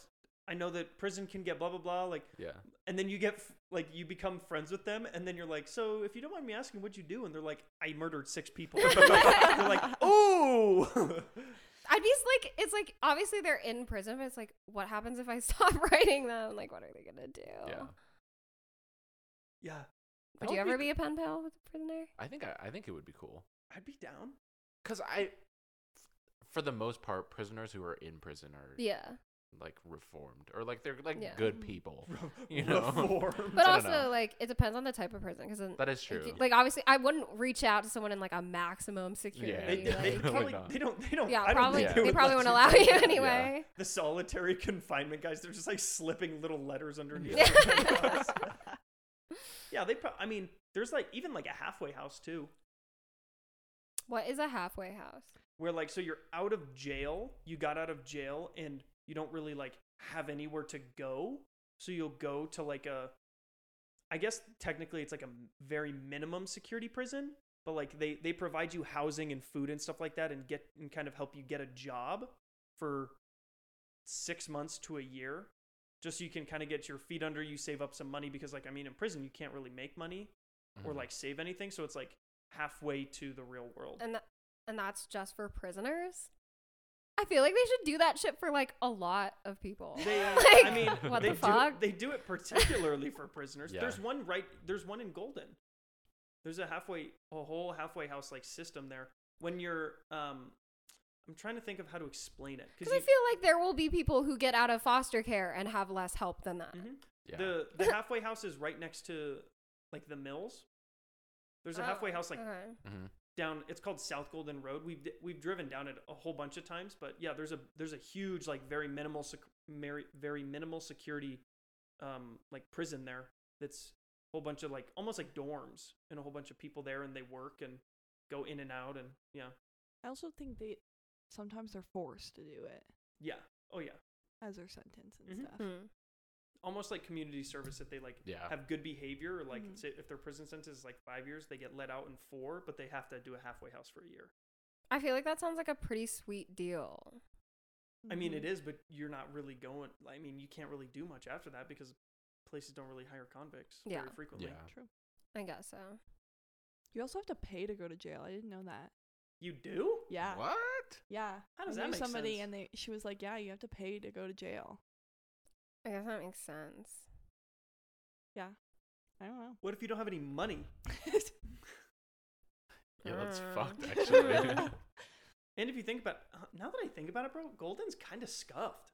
[SPEAKER 1] I know that prison can get blah blah blah. Like,
[SPEAKER 4] yeah.
[SPEAKER 1] and then you get f- like you become friends with them, and then you're like, "So, if you don't mind me asking, what'd you do?" And they're like, "I murdered six people." they're like, "Ooh."
[SPEAKER 2] I'd be s- like, it's like obviously they're in prison, but it's like, what happens if I stop writing them? Like, what are they gonna do?
[SPEAKER 4] Yeah.
[SPEAKER 1] yeah,
[SPEAKER 2] Would you
[SPEAKER 4] That would
[SPEAKER 2] ever be a pen pal with a prisoner?
[SPEAKER 4] I think I, I think it would be cool.
[SPEAKER 1] I'd be down.
[SPEAKER 4] Cause I, for the most part, prisoners who are in prison are
[SPEAKER 2] Yeah,
[SPEAKER 4] like reformed or like they're like
[SPEAKER 2] Yeah.
[SPEAKER 4] good
[SPEAKER 1] Mm-hmm.
[SPEAKER 3] Mhm.
[SPEAKER 4] people.
[SPEAKER 1] Re-
[SPEAKER 4] You know.
[SPEAKER 1] reformed.
[SPEAKER 2] but
[SPEAKER 4] I
[SPEAKER 2] also
[SPEAKER 4] don't know.
[SPEAKER 2] like it depends on the type of prison because
[SPEAKER 4] That is true.
[SPEAKER 2] Like, you- like, obviously, I wouldn't reach out to someone in like a maximum
[SPEAKER 1] They,
[SPEAKER 2] security.
[SPEAKER 1] they,
[SPEAKER 2] Yeah,
[SPEAKER 1] they,
[SPEAKER 4] Probably
[SPEAKER 1] probably,
[SPEAKER 4] not.
[SPEAKER 1] they don't. They don't.
[SPEAKER 2] yeah
[SPEAKER 1] I don't
[SPEAKER 2] probably
[SPEAKER 1] think
[SPEAKER 4] Yeah.
[SPEAKER 2] they
[SPEAKER 1] would
[SPEAKER 2] probably
[SPEAKER 1] let
[SPEAKER 2] won't
[SPEAKER 1] you
[SPEAKER 2] allow
[SPEAKER 1] do
[SPEAKER 2] you
[SPEAKER 1] that.
[SPEAKER 2] anyway.
[SPEAKER 1] The solitary confinement guys. They're just like slipping little letters underneath.
[SPEAKER 4] Yeah.
[SPEAKER 1] their pen pals. yeah, they. Pro- I mean, there's like even like a halfway house too.
[SPEAKER 2] What is a halfway house?
[SPEAKER 1] where like so you're out of jail you got out of jail and you don't really like have anywhere to go so you'll go to like a i guess technically it's like a m- very minimum security prison but like they they provide you housing and food and stuff like that and get and kind of help you get a job for six months to a year, just so you can kind of get your feet under you, save up some money because, like, I mean, in prison, you can't really make money or
[SPEAKER 4] Mhm.
[SPEAKER 1] like save anything. So it's like halfway to the real world.
[SPEAKER 2] And tha- and that's just for prisoners. I feel like they should do that shit for like a lot of people.
[SPEAKER 1] They,
[SPEAKER 2] Like,
[SPEAKER 1] I mean,
[SPEAKER 4] what
[SPEAKER 1] they
[SPEAKER 4] the
[SPEAKER 1] do,
[SPEAKER 2] fuck?
[SPEAKER 1] They do it particularly for prisoners.
[SPEAKER 4] Yeah.
[SPEAKER 1] There's one right. There's one in Golden. There's a halfway, a whole halfway house like system there. When you're, um, I'm trying to think of how to explain it
[SPEAKER 2] Because I feel like there will be people who get out of foster care and have less help than that.
[SPEAKER 1] Mhm.
[SPEAKER 4] yeah.
[SPEAKER 1] the the halfway house is right next to like the mills. There's a
[SPEAKER 2] Oh,
[SPEAKER 1] halfway house like
[SPEAKER 2] okay.
[SPEAKER 4] Mhm.
[SPEAKER 1] down. It's called South Golden Road. We've d- we've driven down it a whole bunch of times, but yeah, there's a there's a huge like very minimal sec- very very minimal security, um, like prison there. That's a whole bunch of like almost like dorms and a whole bunch of people there, and they work and go in and out, and yeah,
[SPEAKER 3] I also think they sometimes they're forced to do it
[SPEAKER 1] yeah, oh yeah,
[SPEAKER 3] as their sentence and
[SPEAKER 1] Mhm.
[SPEAKER 3] stuff.
[SPEAKER 2] Hmm.
[SPEAKER 1] almost like community service that they like
[SPEAKER 4] Yeah.
[SPEAKER 1] have good behavior or like
[SPEAKER 3] Mhm.
[SPEAKER 1] say if their prison sentence is like five years they get let out in four but they have to do a halfway house for a year
[SPEAKER 2] I feel like that sounds like a pretty sweet deal.
[SPEAKER 1] i mean it
[SPEAKER 3] Mhm.
[SPEAKER 1] is but you're not really going i mean you can't really do much after that because places don't really hire convicts very
[SPEAKER 2] Yeah.
[SPEAKER 1] frequently
[SPEAKER 4] Yeah.
[SPEAKER 3] true.
[SPEAKER 2] I guess so.
[SPEAKER 3] You also have to pay to go to jail. I didn't know that.
[SPEAKER 1] you do
[SPEAKER 3] Yeah.
[SPEAKER 4] What?
[SPEAKER 3] Yeah.
[SPEAKER 1] How does
[SPEAKER 3] I
[SPEAKER 1] that
[SPEAKER 3] knew
[SPEAKER 1] make
[SPEAKER 3] somebody
[SPEAKER 1] sense?
[SPEAKER 3] and they she was like, Yeah, you have to pay to go to jail.
[SPEAKER 2] I guess that makes sense.
[SPEAKER 3] I don't know.
[SPEAKER 1] what if you don't have any money
[SPEAKER 4] Yeah, that's
[SPEAKER 2] Mm.
[SPEAKER 4] fucked actually.
[SPEAKER 1] and if you think about uh, now that i think about it bro golden's kind of scuffed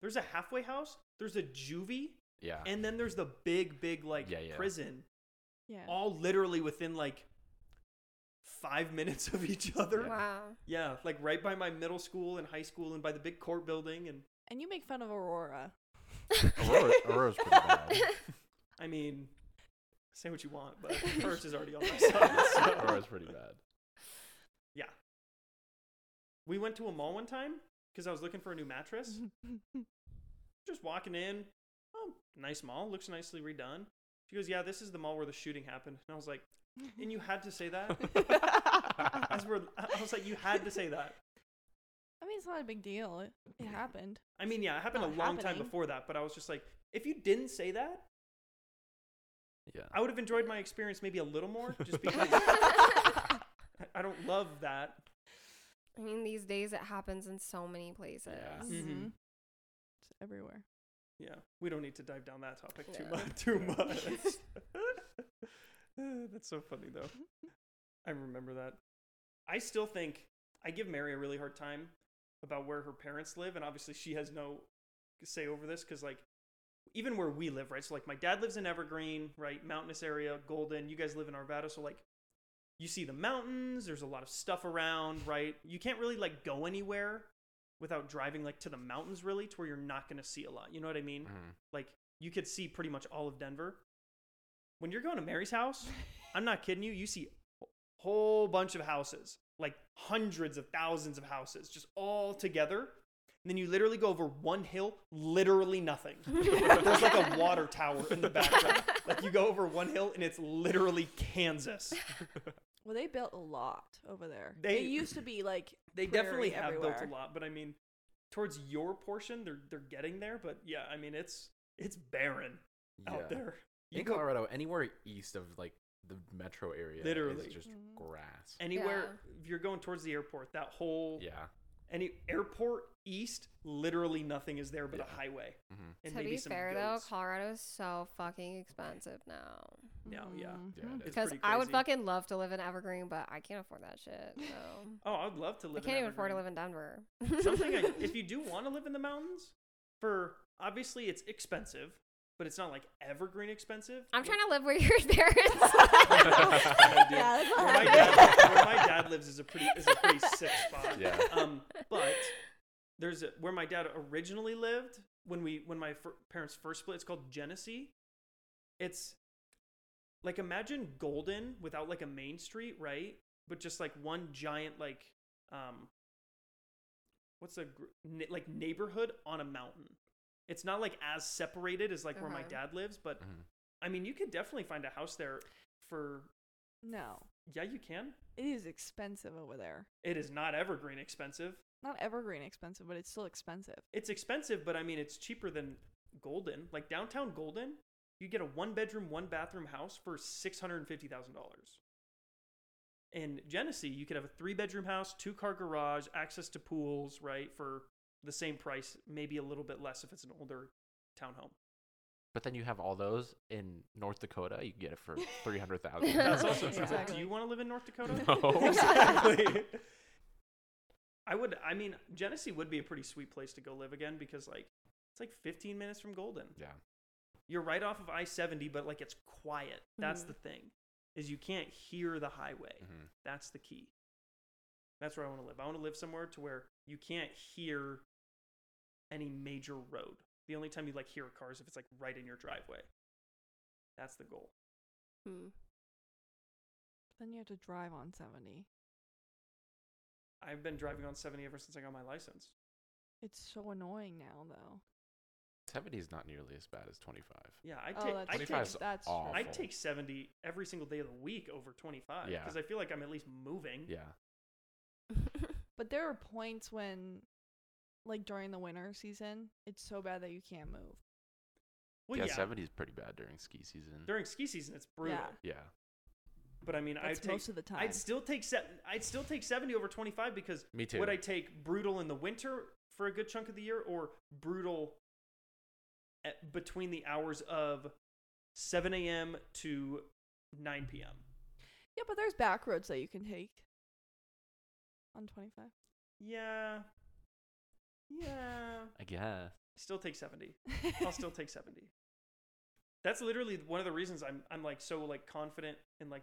[SPEAKER 1] there's a halfway house there's a juvie
[SPEAKER 4] yeah.
[SPEAKER 1] and then there's the big big like
[SPEAKER 4] Yeah, yeah.
[SPEAKER 1] prison
[SPEAKER 3] yeah.
[SPEAKER 1] all literally within like five minutes of each other
[SPEAKER 4] Yeah.
[SPEAKER 2] Wow.
[SPEAKER 1] Yeah, like right by my middle school and high school and by the big court building. And
[SPEAKER 3] And you make fun of Aurora.
[SPEAKER 4] Aurora, Aurora's pretty bad.
[SPEAKER 1] I mean, say what you want, but hers is already on my side. So.
[SPEAKER 4] Aurora's pretty bad.
[SPEAKER 1] We went to a mall one time because I was looking for a new mattress. Just walking in, oh, nice mall, looks nicely redone. She goes, Yeah, this is the mall where the shooting happened. And I was like, And you had to say that? As we're, I I was like, You had to say that.
[SPEAKER 3] I mean, it's not a big deal. It, it happened.
[SPEAKER 1] I mean, yeah, it happened a
[SPEAKER 3] Not
[SPEAKER 1] long time
[SPEAKER 3] happening.
[SPEAKER 1] before that, but I was just like, If you didn't say that,
[SPEAKER 4] Yeah.
[SPEAKER 1] I would have enjoyed my experience maybe a little more just because I- I don't love that.
[SPEAKER 2] I mean, these days it happens in so many places.
[SPEAKER 1] Mhm.
[SPEAKER 3] Mm-hmm. It's everywhere.
[SPEAKER 1] Yeah, we don't need to dive down that topic too
[SPEAKER 2] Yeah.
[SPEAKER 1] much. Too much. That's so funny though. I remember that. I still think I give Mary a really hard time about where her parents live, and obviously she has no say over this because like even where we live, right? So like my dad lives in Evergreen, right, mountainous area, Golden. You guys live in Arvada, so like you see the mountains. There's a lot of stuff around, right? You can't really like go anywhere without driving like to the mountains, really, to where you're not gonna see a lot. You know what I mean?
[SPEAKER 4] Mhm.
[SPEAKER 1] Like you could see pretty much all of Denver. When you're going to Mary's house, I'm not kidding you, you see a whole bunch of houses, like hundreds of thousands of houses, just all together. And then you literally go over one hill, literally nothing. There's like a water tower in the background. Like you go over one hill and it's literally Kansas.
[SPEAKER 3] Well, they built a lot over there.
[SPEAKER 1] They-
[SPEAKER 3] it used to be like
[SPEAKER 1] They
[SPEAKER 3] prairie
[SPEAKER 1] definitely have built
[SPEAKER 3] everywhere.
[SPEAKER 1] a lot, but I mean, towards your portion, they're they're getting there. But yeah, I mean, it's it's barren out there.
[SPEAKER 4] In
[SPEAKER 1] go-
[SPEAKER 4] Colorado, anywhere east of like the metro area
[SPEAKER 1] Literally.
[SPEAKER 4] is just
[SPEAKER 2] Mm-hmm.
[SPEAKER 3] Mhm.
[SPEAKER 4] grass.
[SPEAKER 1] anywhere if you're going towards the airport that whole
[SPEAKER 4] yeah.
[SPEAKER 1] any airport east literally nothing is there but
[SPEAKER 4] Yeah.
[SPEAKER 1] a highway
[SPEAKER 4] Mhm.
[SPEAKER 1] and
[SPEAKER 2] to
[SPEAKER 1] maybe
[SPEAKER 2] be
[SPEAKER 1] some
[SPEAKER 2] fair
[SPEAKER 1] goats.
[SPEAKER 2] though, Colorado is so fucking expensive now.
[SPEAKER 1] Yeah, yeah.
[SPEAKER 3] Mhm.
[SPEAKER 4] Yeah, it is.
[SPEAKER 1] It's
[SPEAKER 2] Because
[SPEAKER 1] pretty
[SPEAKER 2] I would
[SPEAKER 1] crazy.
[SPEAKER 2] fucking love to live in Evergreen, but I can't afford that shit. So
[SPEAKER 1] oh i'd love to
[SPEAKER 2] I
[SPEAKER 1] live
[SPEAKER 2] can't
[SPEAKER 1] in
[SPEAKER 2] even afford to
[SPEAKER 1] Evergreen.
[SPEAKER 2] live in Denver.
[SPEAKER 1] something I, if you do want to live in the mountains for obviously it's expensive but it's not like evergreen expensive
[SPEAKER 2] I'm
[SPEAKER 1] Like,
[SPEAKER 2] trying to live where your parents.
[SPEAKER 4] I do.
[SPEAKER 3] Yeah, that's
[SPEAKER 1] where
[SPEAKER 3] what
[SPEAKER 1] my,
[SPEAKER 3] I
[SPEAKER 1] dad, where my dad lives is a pretty is a pretty sick spot
[SPEAKER 4] Yeah.
[SPEAKER 1] um, but there's a, where my dad originally lived when we when my fir- parents first split. It's called Genesee. It's like imagine Golden without like a main street, right? But just like one giant like um, what's a gr- ne- like neighborhood on a mountain. It's not like as separated as like where my
[SPEAKER 2] Uh-huh.
[SPEAKER 1] dad lives, but
[SPEAKER 4] Mhm.
[SPEAKER 1] I mean you could definitely find a house there for
[SPEAKER 3] No,
[SPEAKER 1] yeah you can.
[SPEAKER 3] it is expensive over there.
[SPEAKER 1] It is not evergreen expensive.
[SPEAKER 3] not evergreen expensive, but it's still expensive.
[SPEAKER 1] It's expensive, but I mean, it's cheaper than Golden. Like downtown Golden, you get a one bedroom, one bathroom house for six hundred and fifty thousand dollars. In Genesee, you could have a three bedroom house, two car garage, access to pools, right, for the same price, maybe a little bit less if it's an older townhome.
[SPEAKER 4] But then you have all those in North Dakota. You can get it for three hundred thousand.
[SPEAKER 1] That's also true.
[SPEAKER 3] Exactly.
[SPEAKER 1] Do you want to live in North Dakota?
[SPEAKER 4] No.
[SPEAKER 1] exactly. I would. I mean, Genesee would be a pretty sweet place to go live again because, like, it's like 15 minutes from Golden.
[SPEAKER 4] Yeah.
[SPEAKER 1] You're right off of I-70, but like it's quiet. That's
[SPEAKER 3] Mm-hmm.
[SPEAKER 1] the thing, is you can't hear the highway.
[SPEAKER 4] Mhm.
[SPEAKER 1] That's the key. That's where I want to live. I want to live somewhere to where you can't hear any major road. The only time you like hear a car is if it's like right in your driveway. That's the goal.
[SPEAKER 2] Hmm.
[SPEAKER 3] Then you have to drive on seventy.
[SPEAKER 1] I've been driving on 70 ever since I got my license.
[SPEAKER 3] It's so annoying now, though.
[SPEAKER 4] Seventy is not nearly as bad as twenty-five.
[SPEAKER 1] Yeah, I
[SPEAKER 3] Oh,
[SPEAKER 1] take
[SPEAKER 3] that's
[SPEAKER 1] I
[SPEAKER 3] true.
[SPEAKER 1] take
[SPEAKER 4] 25 is
[SPEAKER 3] That's
[SPEAKER 4] awful.
[SPEAKER 1] I take 70 every single day of the week over 25
[SPEAKER 4] Yeah.
[SPEAKER 1] because I feel like I'm at least moving.
[SPEAKER 4] Yeah.
[SPEAKER 3] But there are points when, like during the winter season, it's so bad that you can't move.
[SPEAKER 1] Well,
[SPEAKER 4] yeah,
[SPEAKER 1] yeah.
[SPEAKER 4] seventy is pretty bad during ski season.
[SPEAKER 1] During ski season, it's brutal.
[SPEAKER 3] Yeah.
[SPEAKER 4] yeah.
[SPEAKER 1] But I mean, I
[SPEAKER 3] That's
[SPEAKER 1] take
[SPEAKER 3] most of the time.
[SPEAKER 1] I'd still take se- I'd still take 70 over 25 because
[SPEAKER 4] Me too.
[SPEAKER 1] would I take brutal in the winter for a good chunk of the year or brutal at, between the hours of 7 a.m. to 9 p.m.
[SPEAKER 3] yeah, but there's back roads that you can take. On twenty five.
[SPEAKER 1] Yeah. Yeah.
[SPEAKER 4] I guess.
[SPEAKER 1] Still take 70. I'll still take 70. That's literally one of the reasons I'm I'm like so like confident in like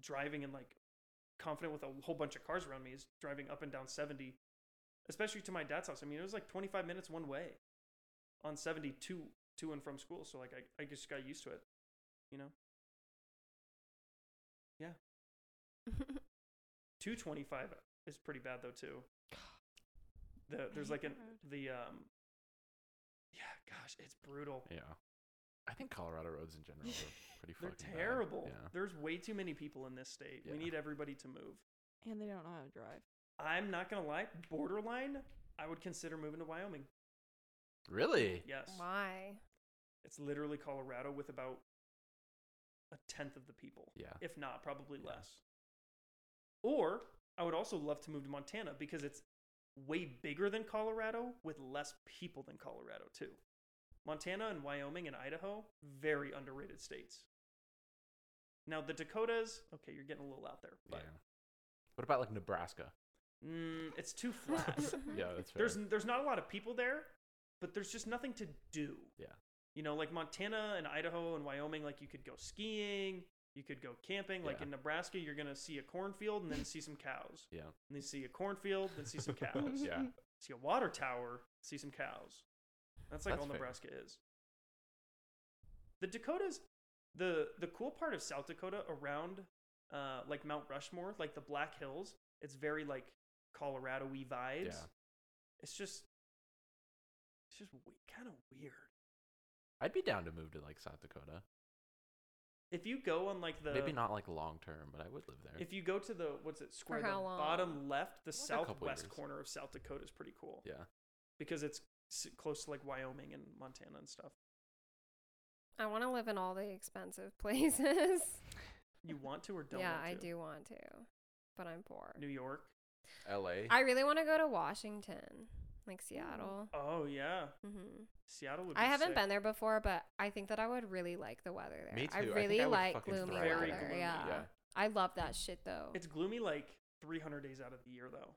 [SPEAKER 1] driving and like confident with a whole bunch of cars around me is driving up and down 70, especially to my dad's house. I mean, it was like 25 minutes one way on 72 to and from school, so like I I just got used to it, you know. 225 is pretty bad though too. The, there's
[SPEAKER 3] hate
[SPEAKER 1] like an
[SPEAKER 3] that road.
[SPEAKER 1] the um yeah, gosh, it's brutal.
[SPEAKER 4] Yeah. I think Colorado roads in general are pretty
[SPEAKER 1] They're
[SPEAKER 4] fucking bad.
[SPEAKER 1] terrible.
[SPEAKER 4] Yeah.
[SPEAKER 1] There's way too many people in this state. We
[SPEAKER 4] Yeah.
[SPEAKER 1] need everybody to move.
[SPEAKER 3] And they don't know how to drive.
[SPEAKER 1] I'm not gonna lie, borderline, I would consider moving to Wyoming.
[SPEAKER 4] Really?
[SPEAKER 1] Yes,
[SPEAKER 2] Why?
[SPEAKER 1] it's literally Colorado with about a tenth of the people,
[SPEAKER 4] Yeah.
[SPEAKER 1] if not probably
[SPEAKER 4] Yeah.
[SPEAKER 1] less. Or I would also love to move to Montana because it's way bigger than Colorado with less people than Colorado too. Montana and Wyoming and Idaho, very underrated states. Now the Dakotas, okay, you're getting a little out there,
[SPEAKER 4] Yeah.
[SPEAKER 1] but
[SPEAKER 4] What about like Nebraska?
[SPEAKER 1] Mm, it's too flat.
[SPEAKER 4] yeah, that's fair.
[SPEAKER 1] there's there's not a lot of people there, but there's just nothing to do.
[SPEAKER 4] Yeah.
[SPEAKER 1] You know, like Montana and Idaho and Wyoming, like you could go skiing, you could go camping. Like
[SPEAKER 4] Yeah.
[SPEAKER 1] in Nebraska, you're gonna see a cornfield and then see some cows,
[SPEAKER 4] yeah.
[SPEAKER 1] and then see a cornfield, then see some cows,
[SPEAKER 4] yeah.
[SPEAKER 1] see a water tower, see some cows. That's like
[SPEAKER 4] That's
[SPEAKER 1] all
[SPEAKER 4] fair.
[SPEAKER 1] Nebraska is. The Dakotas, the the cool part of South Dakota around uh, like Mount Rushmore, like the Black Hills, it's very like Colorado y vibes.
[SPEAKER 4] Yeah.
[SPEAKER 1] It's just it's just we- kind of weird.
[SPEAKER 4] I'd be down to move to like South Dakota.
[SPEAKER 1] If you go on like the
[SPEAKER 4] Maybe not like long term, but I would live there.
[SPEAKER 1] if you go to the what's it square the
[SPEAKER 2] how long?
[SPEAKER 1] bottom left, the
[SPEAKER 4] Like a couple
[SPEAKER 1] southwest
[SPEAKER 4] years.
[SPEAKER 1] corner of South Dakota is pretty cool
[SPEAKER 4] yeah.
[SPEAKER 1] because it's s- close to like Wyoming and Montana and stuff.
[SPEAKER 2] I want to live in all the expensive places.
[SPEAKER 1] You want to or don't?
[SPEAKER 2] yeah,
[SPEAKER 1] want
[SPEAKER 2] I
[SPEAKER 1] to?
[SPEAKER 2] do want to, but I'm poor.
[SPEAKER 1] New York.
[SPEAKER 4] LA.
[SPEAKER 2] I really want to go to Washington, like Seattle.
[SPEAKER 1] Oh yeah,
[SPEAKER 2] hmm
[SPEAKER 1] Seattle Hmm. would. Be
[SPEAKER 2] I haven't
[SPEAKER 1] sick.
[SPEAKER 2] been there before, but I think that I would really like the weather there.
[SPEAKER 4] Me
[SPEAKER 2] I
[SPEAKER 4] too. I think
[SPEAKER 2] really
[SPEAKER 4] I would
[SPEAKER 2] like
[SPEAKER 4] fucking
[SPEAKER 2] gloomy
[SPEAKER 4] thrive
[SPEAKER 1] Very
[SPEAKER 2] weather.
[SPEAKER 1] gloomy,
[SPEAKER 2] Yeah.
[SPEAKER 4] yeah.
[SPEAKER 2] I love that shit though.
[SPEAKER 1] It's gloomy like 300 days out of the year though.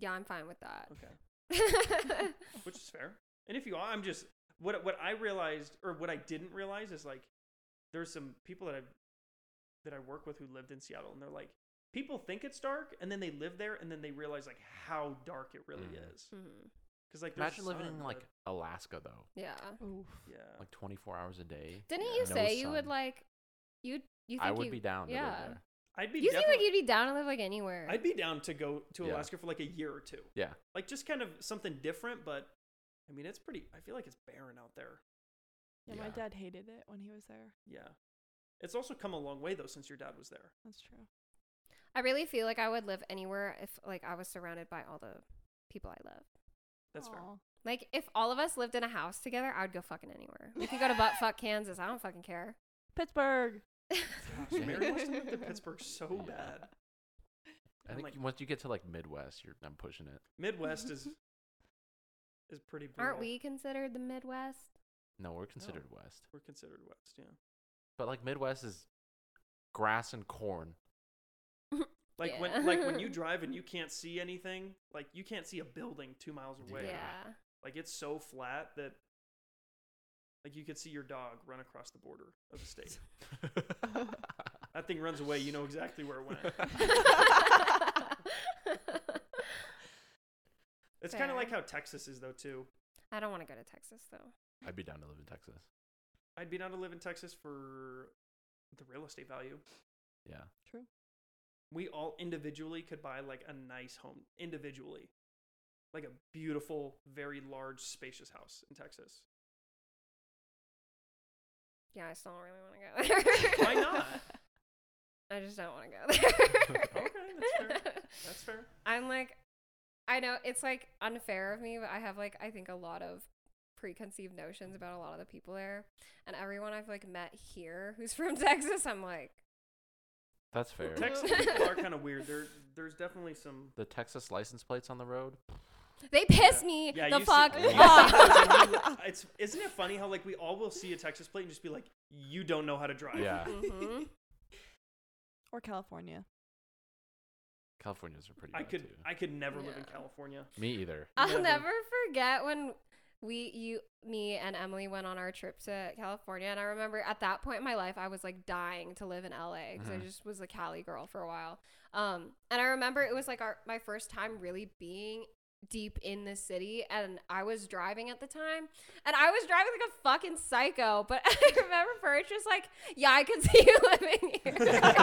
[SPEAKER 2] yeah, I'm fine with that.
[SPEAKER 1] Okay, which is fair. And if you are, I'm just what what I realized or what I didn't realize is like there's some people that I that I work with who lived in Seattle, and they're like people think it's dark, and then they live there, and then they realize like how dark it really
[SPEAKER 4] Mhm.
[SPEAKER 1] is.
[SPEAKER 2] Mhm.
[SPEAKER 1] Because like there's
[SPEAKER 4] Imagine living
[SPEAKER 1] sun,
[SPEAKER 4] in like
[SPEAKER 1] but-
[SPEAKER 4] Alaska though.
[SPEAKER 2] Yeah.
[SPEAKER 3] Oof.
[SPEAKER 1] yeah.
[SPEAKER 4] Like 24 hours a day.
[SPEAKER 2] Didn't
[SPEAKER 1] Yeah.
[SPEAKER 2] you
[SPEAKER 4] No
[SPEAKER 2] say you would
[SPEAKER 4] sun.
[SPEAKER 2] like you you think
[SPEAKER 4] I would
[SPEAKER 2] you,
[SPEAKER 4] be down to
[SPEAKER 2] yeah.
[SPEAKER 4] live there.
[SPEAKER 1] I'd be
[SPEAKER 2] You seem like
[SPEAKER 1] definitely-
[SPEAKER 2] you'd be down to live like anywhere.
[SPEAKER 1] I'd be down to go to
[SPEAKER 4] Yeah.
[SPEAKER 1] Alaska for like a year or two.
[SPEAKER 4] Yeah.
[SPEAKER 1] Like just kind of something different, but I mean it's pretty I feel like it's barren out there.
[SPEAKER 3] Yeah, my
[SPEAKER 4] Yeah.
[SPEAKER 3] dad hated it when he was there.
[SPEAKER 1] Yeah. It's also come a long way though since your dad was there.
[SPEAKER 3] That's true.
[SPEAKER 2] I really feel like I would live anywhere if like I was surrounded by all the people I love.
[SPEAKER 1] That's fair.
[SPEAKER 3] Aw.
[SPEAKER 2] Like if all of us lived in a house together, I would go fucking anywhere. We could go to butt fuck Kansas. I don't fucking care.
[SPEAKER 3] Pittsburgh.
[SPEAKER 1] Gosh, Mary wants to move to Pittsburgh so
[SPEAKER 4] Yeah.
[SPEAKER 1] bad.
[SPEAKER 4] I
[SPEAKER 1] I'm
[SPEAKER 4] think
[SPEAKER 1] like-
[SPEAKER 4] you- once you get to like Midwest, you're I'm pushing it.
[SPEAKER 1] Midwest is is pretty. Brutal.
[SPEAKER 2] Aren't we considered the Midwest?
[SPEAKER 4] No, we're considered West,
[SPEAKER 1] We're considered West, yeah.
[SPEAKER 4] but like Midwest is grass and corn.
[SPEAKER 1] Like
[SPEAKER 2] Yeah.
[SPEAKER 1] when like when you drive and you can't see anything, like you can't see a building two miles away.
[SPEAKER 4] Yeah.
[SPEAKER 2] Yeah.
[SPEAKER 1] Like it's so flat that like you could see your dog run across the border of the state. that thing runs away, you know exactly where it went. It's kind
[SPEAKER 2] Fair.
[SPEAKER 1] of like how Texas is though too.
[SPEAKER 2] I don't want to go to Texas though.
[SPEAKER 4] I'd be down to live in Texas.
[SPEAKER 1] I'd be down to live in Texas for the real estate value.
[SPEAKER 4] Yeah,
[SPEAKER 3] True.
[SPEAKER 1] We all individually could buy like a nice home individually. Like a beautiful, very large, spacious house in Texas.
[SPEAKER 2] Yeah, I still don't really want to go there.
[SPEAKER 1] Why not?
[SPEAKER 2] I just don't want to go there.
[SPEAKER 1] Okay, that's fair. That's fair.
[SPEAKER 2] I'm like, I know it's like unfair of me, but I have like I think a lot of preconceived notions about a lot of the people there, and everyone I've like met here who's from Texas, I'm like,
[SPEAKER 4] that's fair.
[SPEAKER 1] Texas people are kind of weird. There, there's definitely some.
[SPEAKER 4] the Texas license plates on the road.
[SPEAKER 2] they piss me
[SPEAKER 1] Yeah,
[SPEAKER 2] the
[SPEAKER 1] you see-
[SPEAKER 2] fuck
[SPEAKER 4] you see
[SPEAKER 2] off.
[SPEAKER 1] It's isn't it funny how like we all will see a Texas plate and just be like, you don't know how to drive.
[SPEAKER 4] Yeah,
[SPEAKER 3] Mm-hmm.
[SPEAKER 2] Mhm.
[SPEAKER 3] or California.
[SPEAKER 4] California's are pretty.
[SPEAKER 1] I
[SPEAKER 4] bad,
[SPEAKER 1] could
[SPEAKER 4] too.
[SPEAKER 1] I could never live in
[SPEAKER 2] Yeah.
[SPEAKER 1] California.
[SPEAKER 4] Me either.
[SPEAKER 2] I'll
[SPEAKER 1] Never.
[SPEAKER 2] never forget when we you me and Emily went on our trip to California and I remember at that point in my life I was like dying to live in LA because
[SPEAKER 4] Mhm.
[SPEAKER 2] I just was a Cali girl for a while. Um and I remember it was like our my first time really being deep in the city and I was driving at the time and I was driving like a fucking psycho but I remember Birch was like yeah I could see you living here and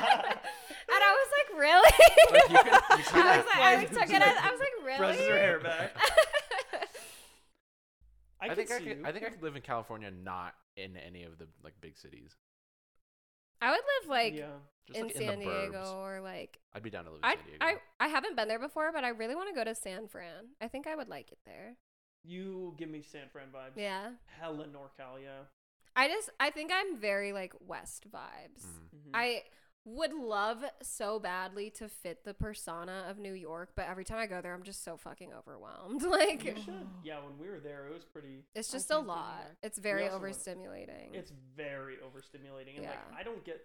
[SPEAKER 2] I was like really
[SPEAKER 4] Like, you could- you could,
[SPEAKER 2] I was
[SPEAKER 4] like-
[SPEAKER 2] like I like took it as, I was like really
[SPEAKER 1] Brushes her hair back. I,
[SPEAKER 4] I
[SPEAKER 1] could
[SPEAKER 4] think I
[SPEAKER 1] see
[SPEAKER 4] could.
[SPEAKER 1] you.
[SPEAKER 4] I think I could live in California, not in any of the like big cities.
[SPEAKER 2] I would live like
[SPEAKER 1] yeah.
[SPEAKER 4] Just
[SPEAKER 2] in
[SPEAKER 4] like
[SPEAKER 2] San
[SPEAKER 4] in the burbs.
[SPEAKER 2] Diego or like
[SPEAKER 4] I'd be down to live in
[SPEAKER 2] I
[SPEAKER 4] San Diego.
[SPEAKER 2] I I haven't been there before, but I really want to go to San Fran. I think I would like it there.
[SPEAKER 1] You give me San Fran vibes.
[SPEAKER 2] Yeah,
[SPEAKER 1] Hella NorCal. Yeah.
[SPEAKER 2] I just I think I'm very like West vibes.
[SPEAKER 4] Mhm.
[SPEAKER 1] Mhm.
[SPEAKER 2] I would love so badly to fit the persona of New York, but every time I go there, I'm just so fucking overwhelmed.
[SPEAKER 1] You
[SPEAKER 2] Like
[SPEAKER 1] should. Yeah. When we were there, it was pretty.
[SPEAKER 2] it's
[SPEAKER 3] I
[SPEAKER 2] just
[SPEAKER 3] can
[SPEAKER 2] a
[SPEAKER 3] see New
[SPEAKER 2] lot.
[SPEAKER 3] York.
[SPEAKER 2] It's very
[SPEAKER 1] also went-
[SPEAKER 2] overstimulating.
[SPEAKER 1] It's very overstimulating, and
[SPEAKER 2] Yeah.
[SPEAKER 1] like I don't get.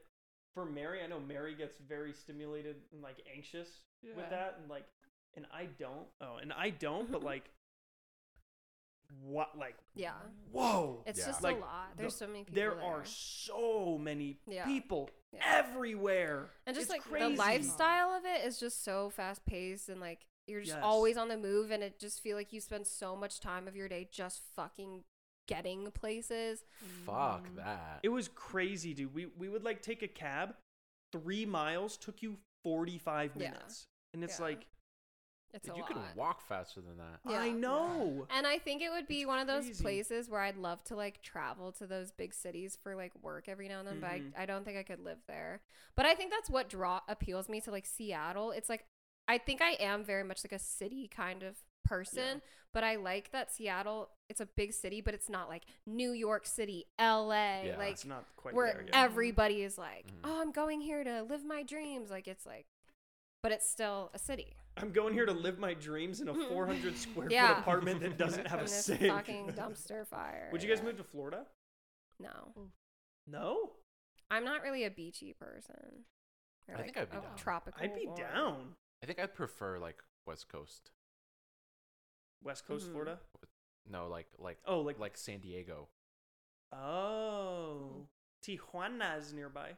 [SPEAKER 1] For Mary, I know Mary gets very stimulated and like anxious with that, and like, and I don't. Oh, and I don't. But like, what? Like,
[SPEAKER 2] yeah,
[SPEAKER 1] whoa!
[SPEAKER 2] it's
[SPEAKER 4] Yeah.
[SPEAKER 2] just
[SPEAKER 1] Like,
[SPEAKER 2] a lot.
[SPEAKER 1] the-
[SPEAKER 2] There's so many people.
[SPEAKER 1] there are so many
[SPEAKER 2] Yeah.
[SPEAKER 1] people
[SPEAKER 2] Yeah.
[SPEAKER 1] everywhere,
[SPEAKER 2] and just
[SPEAKER 1] It's
[SPEAKER 2] like
[SPEAKER 1] crazy.
[SPEAKER 2] the lifestyle of it is just so fast paced and like you're just
[SPEAKER 1] Yes.
[SPEAKER 2] always on the move and it just feel like you spend so much time of your day just fucking getting places
[SPEAKER 4] Mm.
[SPEAKER 3] Mm. Mm-hmm.
[SPEAKER 4] Fuck that.
[SPEAKER 1] It was crazy, dude. We we would like take a cab, three miles took you forty five
[SPEAKER 2] Yeah.
[SPEAKER 1] minutes, and it's
[SPEAKER 2] Yeah.
[SPEAKER 1] like
[SPEAKER 2] it's
[SPEAKER 4] Dude,
[SPEAKER 2] a
[SPEAKER 4] you
[SPEAKER 2] lot
[SPEAKER 4] can walk faster than that.
[SPEAKER 1] I
[SPEAKER 2] Yeah.
[SPEAKER 1] know.
[SPEAKER 2] and i think it would be
[SPEAKER 1] It's
[SPEAKER 2] one of those
[SPEAKER 1] crazy.
[SPEAKER 2] places where i'd love to like travel to those big cities for like work every now and then
[SPEAKER 1] Mhm.
[SPEAKER 2] but I, I don't think i could live there but i think that's what draw appeals me to like seattle it's like i think i am very much like a city kind of person but i like that seattle it's a big city but it's not like new york city la
[SPEAKER 4] Yeah.
[SPEAKER 2] like
[SPEAKER 1] It's not quite
[SPEAKER 2] where
[SPEAKER 1] there yet. Mm-hmm.
[SPEAKER 2] everybody is like
[SPEAKER 4] Mhm.
[SPEAKER 2] oh i'm going here to live my dreams like it's like but it's still a city
[SPEAKER 1] I'm going here to live my dreams in a 400 square
[SPEAKER 2] Yeah.
[SPEAKER 1] foot apartment that doesn't have
[SPEAKER 2] in
[SPEAKER 1] a
[SPEAKER 2] this
[SPEAKER 1] sink.
[SPEAKER 2] fucking dumpster fire
[SPEAKER 1] Would you guys
[SPEAKER 2] Yeah.
[SPEAKER 1] move to Florida?
[SPEAKER 2] no
[SPEAKER 1] No,
[SPEAKER 2] I'm not really a beachy person. Or
[SPEAKER 4] I
[SPEAKER 2] like
[SPEAKER 4] think I'd be
[SPEAKER 2] a
[SPEAKER 4] down.
[SPEAKER 2] tropical.
[SPEAKER 1] I'd be
[SPEAKER 2] or-
[SPEAKER 1] down.
[SPEAKER 4] I think I prefer like West Coast.
[SPEAKER 1] West Coast
[SPEAKER 2] Mhm.
[SPEAKER 1] Florida.
[SPEAKER 4] No, like like
[SPEAKER 1] Oh, like
[SPEAKER 4] like San Diego.
[SPEAKER 1] oh, Tijuana's nearby.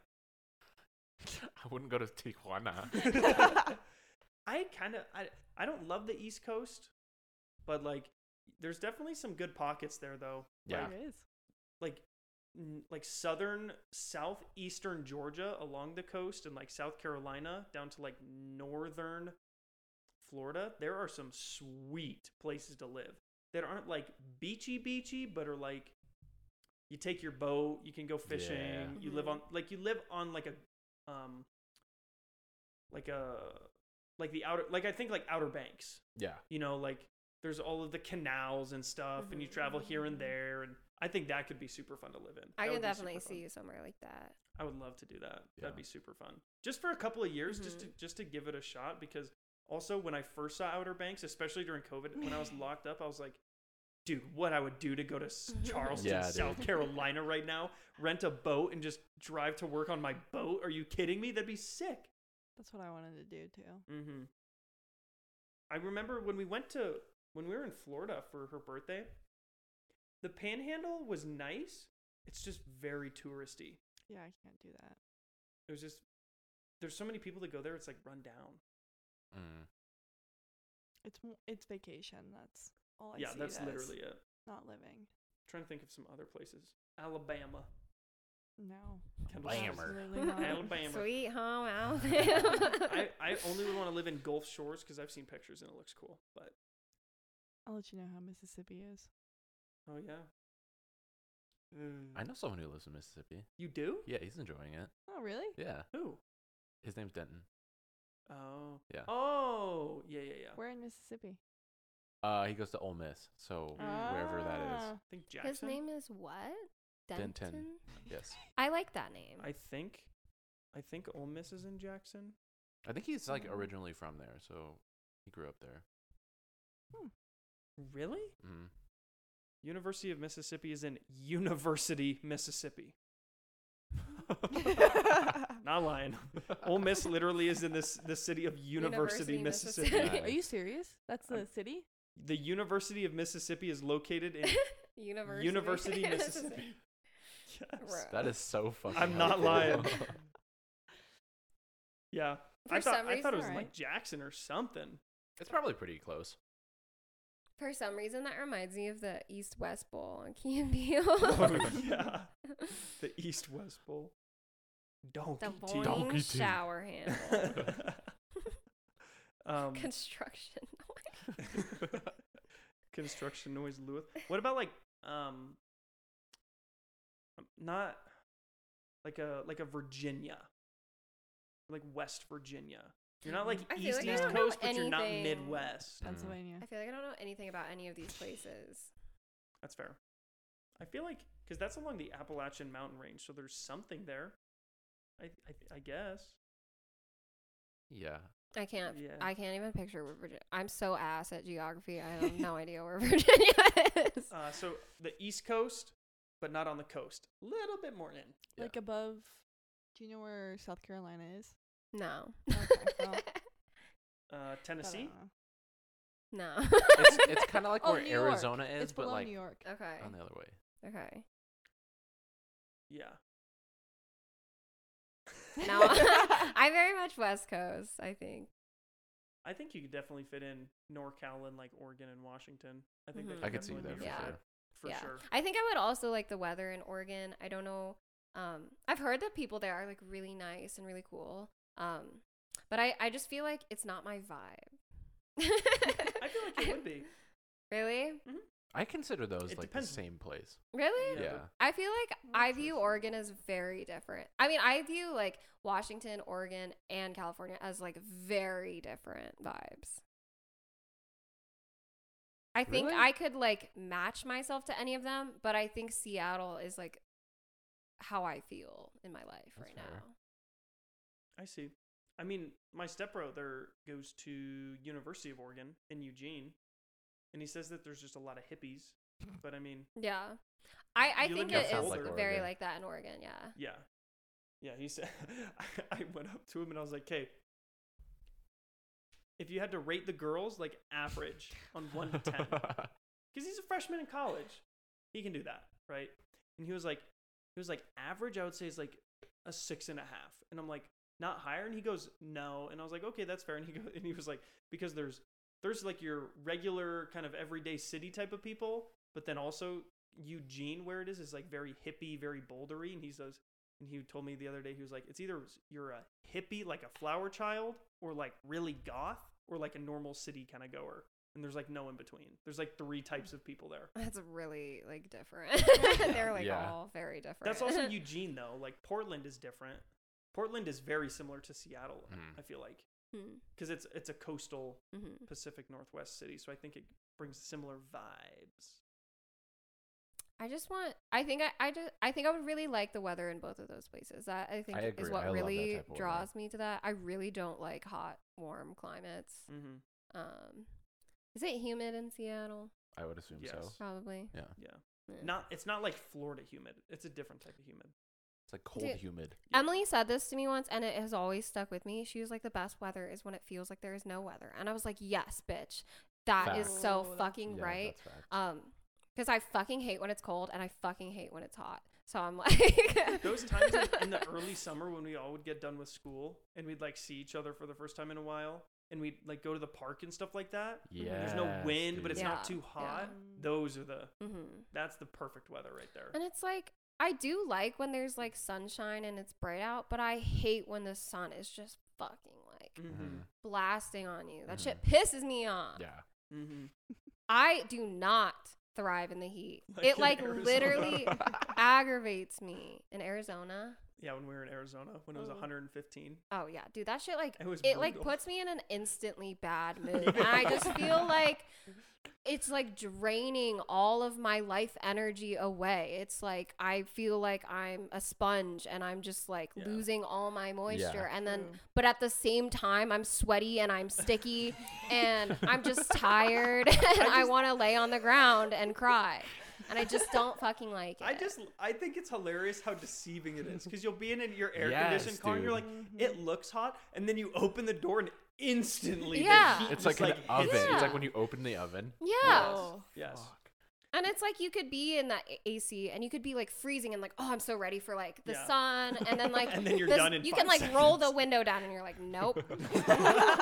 [SPEAKER 4] I wouldn't go to Tijuana.
[SPEAKER 1] I kind of I I don't love the East Coast, but like there's definitely some good pockets there though.
[SPEAKER 4] Yeah.
[SPEAKER 3] There is.
[SPEAKER 1] Like n- like southern southeastern Georgia along the coast and like South Carolina down to like northern Florida, there are some sweet places to live that aren't like beachy beachy but are like you take your boat, you can go fishing,
[SPEAKER 4] Yeah.
[SPEAKER 1] you live
[SPEAKER 2] Mhm.
[SPEAKER 1] on like you live on like a um like a like the outer like I think like Outer Banks.
[SPEAKER 4] Yeah.
[SPEAKER 1] You know, like there's all of the canals and stuff, and you travel here and there, and I think that could be super fun to live in.
[SPEAKER 2] Mm-hmm. I
[SPEAKER 1] That
[SPEAKER 2] can
[SPEAKER 1] would be
[SPEAKER 2] definitely
[SPEAKER 1] super fun.
[SPEAKER 2] see you somewhere like that.
[SPEAKER 1] I would love to do that.
[SPEAKER 4] Yeah.
[SPEAKER 1] That'd be super fun. Just for a couple of years, just
[SPEAKER 2] Mm-hmm.
[SPEAKER 1] to just to give it a shot. Because also when I first saw Outer Banks, especially during COVID, when I was locked up, I was like, dude, what I would do to go to S- Charleston,
[SPEAKER 4] Yeah,
[SPEAKER 1] South
[SPEAKER 4] dude.
[SPEAKER 1] Carolina right now, rent a boat and just drive to work on my boat? Are you kidding me? That'd be sick.
[SPEAKER 3] That's what I wanted to do too.
[SPEAKER 1] Mm-hmm. I remember when we went to when we were in Florida for her birthday. The Panhandle was nice. It's just very touristy.
[SPEAKER 3] Yeah, I can't do that.
[SPEAKER 1] It was just there's so many people that go there. It's like run down.
[SPEAKER 4] Mm.
[SPEAKER 3] It's mo- it's vacation. That's all Oh, I
[SPEAKER 1] yeah,
[SPEAKER 3] see
[SPEAKER 1] that's
[SPEAKER 3] it as,
[SPEAKER 1] literally it.
[SPEAKER 3] not living.
[SPEAKER 1] trying to think of some other places. Alabama.
[SPEAKER 3] No,
[SPEAKER 1] Kendall's house.
[SPEAKER 4] Blammer.
[SPEAKER 3] Absolutely not.
[SPEAKER 1] Alabama.
[SPEAKER 2] Sweet home Alabama.
[SPEAKER 1] I, I only would want to live in Gulf Shores because I've seen pictures and it looks cool. But
[SPEAKER 3] I'll let you know how Mississippi is.
[SPEAKER 1] oh yeah. Mm.
[SPEAKER 4] I know someone who lives in Mississippi.
[SPEAKER 1] You do?
[SPEAKER 4] Yeah, he's enjoying it.
[SPEAKER 3] Oh, really?
[SPEAKER 4] Yeah.
[SPEAKER 1] Who?
[SPEAKER 4] His name's Denton.
[SPEAKER 1] Oh.
[SPEAKER 4] Yeah.
[SPEAKER 1] Oh yeah yeah yeah.
[SPEAKER 3] We're in Mississippi?
[SPEAKER 4] Uh, he goes to Ole Miss, so wherever that is.
[SPEAKER 3] Ah,
[SPEAKER 1] I think Jackson.
[SPEAKER 2] His name is what?
[SPEAKER 4] Denton.
[SPEAKER 2] Denton.
[SPEAKER 4] Yes,
[SPEAKER 2] I like that name.
[SPEAKER 1] I think. I think Ole Miss is in Jackson.
[SPEAKER 4] I think he's like
[SPEAKER 3] Mm.
[SPEAKER 4] originally from there, so he grew up there.
[SPEAKER 1] Really?
[SPEAKER 4] Mm.
[SPEAKER 1] University of Mississippi is in University, Mississippi.
[SPEAKER 3] Ah.
[SPEAKER 1] Not lying. Ole Miss literally is in this the city of University,
[SPEAKER 2] University,
[SPEAKER 1] Mississippi.
[SPEAKER 4] Mississippi.
[SPEAKER 3] Are you serious? That's the
[SPEAKER 1] I'm-
[SPEAKER 3] city?
[SPEAKER 4] Mm-hmm.
[SPEAKER 1] The University of Mississippi is located in
[SPEAKER 2] University.
[SPEAKER 1] University, Mississippi. yes.
[SPEAKER 2] Right.
[SPEAKER 4] That is so fucking.
[SPEAKER 1] I'm not lying.
[SPEAKER 4] helpful.
[SPEAKER 1] Yeah.
[SPEAKER 2] For
[SPEAKER 1] I thought
[SPEAKER 2] some
[SPEAKER 1] I thought it
[SPEAKER 2] reason-
[SPEAKER 1] was like
[SPEAKER 3] Alright.
[SPEAKER 1] Jackson or something.
[SPEAKER 4] it's probably pretty close.
[SPEAKER 2] For some reason, that reminds me of the East West Bowl on Key and Peele.
[SPEAKER 1] Oh, yeah. The East West Bowl. Donkey
[SPEAKER 2] The
[SPEAKER 1] team.
[SPEAKER 4] Donkey
[SPEAKER 2] morning
[SPEAKER 4] team.
[SPEAKER 2] shower handle.
[SPEAKER 1] um,
[SPEAKER 2] Construction.
[SPEAKER 1] construction noise, Lewis. What about like um, not like a like a Virginia, like West Virginia. You're not like
[SPEAKER 2] I feel
[SPEAKER 1] East
[SPEAKER 2] like
[SPEAKER 3] I
[SPEAKER 1] East
[SPEAKER 3] don't know
[SPEAKER 1] Coast, but you're not
[SPEAKER 2] anything.
[SPEAKER 1] Midwest.
[SPEAKER 3] Pennsylvania.
[SPEAKER 2] I feel like I don't know anything about any of these places.
[SPEAKER 1] That's fair. I feel like because that's along the Appalachian Mountain Range, so there's something there. I I, I guess.
[SPEAKER 4] Yeah.
[SPEAKER 2] I can't.
[SPEAKER 1] Yeah.
[SPEAKER 2] I can't even picture where Virginia. I'm so ass at geography. I have no idea where Virginia is.
[SPEAKER 1] Uh, so the East Coast, but not on the coast. A little bit more in.
[SPEAKER 4] Yeah.
[SPEAKER 3] Like above. Do you know where South Carolina is?
[SPEAKER 2] No.
[SPEAKER 3] Okay,
[SPEAKER 1] Uh-huh.
[SPEAKER 3] well,
[SPEAKER 1] Uh,
[SPEAKER 3] But I
[SPEAKER 1] Tennessee.
[SPEAKER 3] don't know.
[SPEAKER 2] no.
[SPEAKER 4] It's it's kind of like
[SPEAKER 3] Oh,
[SPEAKER 4] where
[SPEAKER 3] New York.
[SPEAKER 4] Arizona is,
[SPEAKER 3] It's
[SPEAKER 4] but
[SPEAKER 3] below
[SPEAKER 4] like
[SPEAKER 3] New York.
[SPEAKER 2] okay.
[SPEAKER 4] on the other way.
[SPEAKER 2] Okay.
[SPEAKER 1] Yeah.
[SPEAKER 2] No. I very much West Coast. I think.
[SPEAKER 1] I think you could definitely fit in NorCal and like Oregon and Washington. I think
[SPEAKER 2] Mhm.
[SPEAKER 1] that
[SPEAKER 4] Mm-hmm. I could see you
[SPEAKER 1] definitely
[SPEAKER 4] there
[SPEAKER 1] be
[SPEAKER 4] for
[SPEAKER 1] your
[SPEAKER 2] Yeah.
[SPEAKER 1] fit, For
[SPEAKER 2] yeah.
[SPEAKER 1] sure.
[SPEAKER 2] I think I would also like the weather in Oregon. I don't know. Um, I've heard that people there are like really nice and really cool. Um, but I, I just feel like it's not my vibe.
[SPEAKER 1] I feel like it would be.
[SPEAKER 2] Really?
[SPEAKER 4] I consider those
[SPEAKER 1] It
[SPEAKER 4] like
[SPEAKER 1] depends.
[SPEAKER 4] the same place.
[SPEAKER 2] Really?
[SPEAKER 1] Yeah,
[SPEAKER 4] Yeah.
[SPEAKER 1] but-
[SPEAKER 2] I feel like I view
[SPEAKER 1] Interesting.
[SPEAKER 2] Oregon as very different. I mean, I view like Washington, Oregon, and California as like very different vibes. I think
[SPEAKER 4] Really?
[SPEAKER 2] I could like match myself to any of them, but I think Seattle is like how I feel in my life
[SPEAKER 4] That's
[SPEAKER 2] right
[SPEAKER 4] fair.
[SPEAKER 2] now.
[SPEAKER 1] I see. I mean, my stepbro there goes to University of Oregon in Eugene, and he says that there's just a lot of hippies. But I mean,
[SPEAKER 2] Yeah. I, I
[SPEAKER 1] You live
[SPEAKER 2] think
[SPEAKER 1] in
[SPEAKER 2] it
[SPEAKER 1] That
[SPEAKER 2] is
[SPEAKER 1] sounds like
[SPEAKER 2] very
[SPEAKER 4] Oregon.
[SPEAKER 2] like that in Oregon, yeah.
[SPEAKER 1] yeah, yeah. He said I went up to him and I was like, "Hey, if you had to rate the girls like average on one to ten, because he's a freshman in college. He can do that, right? And he was like, he was like, average, I would say is like a six and a half. And I'm like, not higher. And he goes, no. And I was like, okay, that's fair. And he go, and he was like, because there's there's like your regular kind of everyday city type of people, but then also Eugene, where it is, is like very hippie, very bouldery. And he's those. And he told me the other day, he was like, it's either you're a hippie, like a flower child, or like really goth, or like a normal city kind of goer. And there's like no in between. There's like three types of people there.
[SPEAKER 2] That's really like different. They're like
[SPEAKER 4] Yeah.
[SPEAKER 2] all very different.
[SPEAKER 1] That's also Eugene though. Like Portland is different. Portland is very similar to Seattle.
[SPEAKER 4] Mm.
[SPEAKER 1] I feel like
[SPEAKER 2] Hmm.
[SPEAKER 1] because it's it's a coastal
[SPEAKER 2] hmm
[SPEAKER 1] Pacific Northwest city, so I think it brings similar vibes.
[SPEAKER 2] I just want. I think I. I just. I think I would really like the weather in both of those places. That I think
[SPEAKER 4] I
[SPEAKER 2] is
[SPEAKER 4] agree.
[SPEAKER 2] what
[SPEAKER 4] I love that
[SPEAKER 2] really
[SPEAKER 4] type of weather.
[SPEAKER 2] draws me to that. I really don't like hot, warm climates.
[SPEAKER 1] Mm-hmm.
[SPEAKER 2] Um, is it humid in Seattle?
[SPEAKER 4] I would assume so.
[SPEAKER 1] Yes.
[SPEAKER 2] Probably.
[SPEAKER 4] Yeah,
[SPEAKER 1] Yeah.
[SPEAKER 2] Yeah.
[SPEAKER 1] Not it's not like Florida humid. It's a different type of humid.
[SPEAKER 4] it's like cold,
[SPEAKER 2] Dude,
[SPEAKER 4] humid.
[SPEAKER 1] Yeah.
[SPEAKER 2] Emily said this to me once, and it has always stuck with me. She was like, "The best weather is when it feels like there is no weather," and I was like, "Yes, bitch, that is
[SPEAKER 4] Facts.
[SPEAKER 2] so
[SPEAKER 3] Oh, that's-
[SPEAKER 2] fucking
[SPEAKER 4] Yeah,
[SPEAKER 2] right."
[SPEAKER 4] that's fact.
[SPEAKER 2] Um, because I fucking hate when it's cold, and I fucking hate when it's hot. So I'm like,
[SPEAKER 1] Those times in- in the early summer when we all would get done with school and we'd like see each other for the first time in a while and we'd like go to the park and stuff like that.
[SPEAKER 4] yeah,
[SPEAKER 1] There's no wind, but it's
[SPEAKER 2] Yeah,
[SPEAKER 1] not too
[SPEAKER 2] yeah.
[SPEAKER 1] hot. Those are the
[SPEAKER 2] Mhm.
[SPEAKER 1] that's the perfect weather right there.
[SPEAKER 2] And it's like I do like when there's like sunshine and it's bright out, but I hate when the sun is just fucking like
[SPEAKER 1] Mm-hmm.
[SPEAKER 2] blasting on you. That
[SPEAKER 4] Mhm.
[SPEAKER 1] Mm.
[SPEAKER 2] shit pisses me off.
[SPEAKER 4] Yeah,
[SPEAKER 1] Mm-hmm.
[SPEAKER 2] I do not thrive in the heat.
[SPEAKER 1] Like
[SPEAKER 2] it
[SPEAKER 1] in
[SPEAKER 2] like
[SPEAKER 1] Arizona.
[SPEAKER 2] literally aggravates me in Arizona.
[SPEAKER 1] Yeah, when we were in Arizona when it was
[SPEAKER 3] Oh.
[SPEAKER 1] 115.
[SPEAKER 2] Oh yeah, dude, that shit like
[SPEAKER 1] It was
[SPEAKER 2] like
[SPEAKER 1] brutal.
[SPEAKER 2] puts me in an instantly bad mood. and I just feel like it's like draining all of my life energy away. It's like I feel like I'm a sponge and I'm just like
[SPEAKER 1] Yeah.
[SPEAKER 2] losing all my moisture and then
[SPEAKER 3] True.
[SPEAKER 2] but at the same time I'm sweaty and I'm sticky and I'm just tired and I,
[SPEAKER 1] just-
[SPEAKER 2] want to lay on the ground and cry. And I just don't fucking like it.
[SPEAKER 1] I just I think it's hilarious how deceiving it is because you'll be in an- your air conditioned
[SPEAKER 4] Yes,
[SPEAKER 1] car and you're like
[SPEAKER 4] dude.
[SPEAKER 3] Mm-hmm.
[SPEAKER 1] it looks hot and then you open the door and instantly
[SPEAKER 2] Yeah.
[SPEAKER 1] the heat
[SPEAKER 4] it's
[SPEAKER 1] just,
[SPEAKER 4] like an oven.
[SPEAKER 1] hits you.
[SPEAKER 2] Yeah.
[SPEAKER 4] It's like when you open the oven.
[SPEAKER 2] yeah.
[SPEAKER 3] Oh.
[SPEAKER 1] Yes.
[SPEAKER 2] And it's like you could be in that A- AC and you could be like freezing and like, oh, I'm so ready for like the
[SPEAKER 1] Yeah.
[SPEAKER 2] sun. And then like,
[SPEAKER 1] And then you're
[SPEAKER 2] this-
[SPEAKER 1] done in
[SPEAKER 2] you
[SPEAKER 1] five
[SPEAKER 2] can like roll the
[SPEAKER 1] seconds.
[SPEAKER 2] window down and you're like, nope.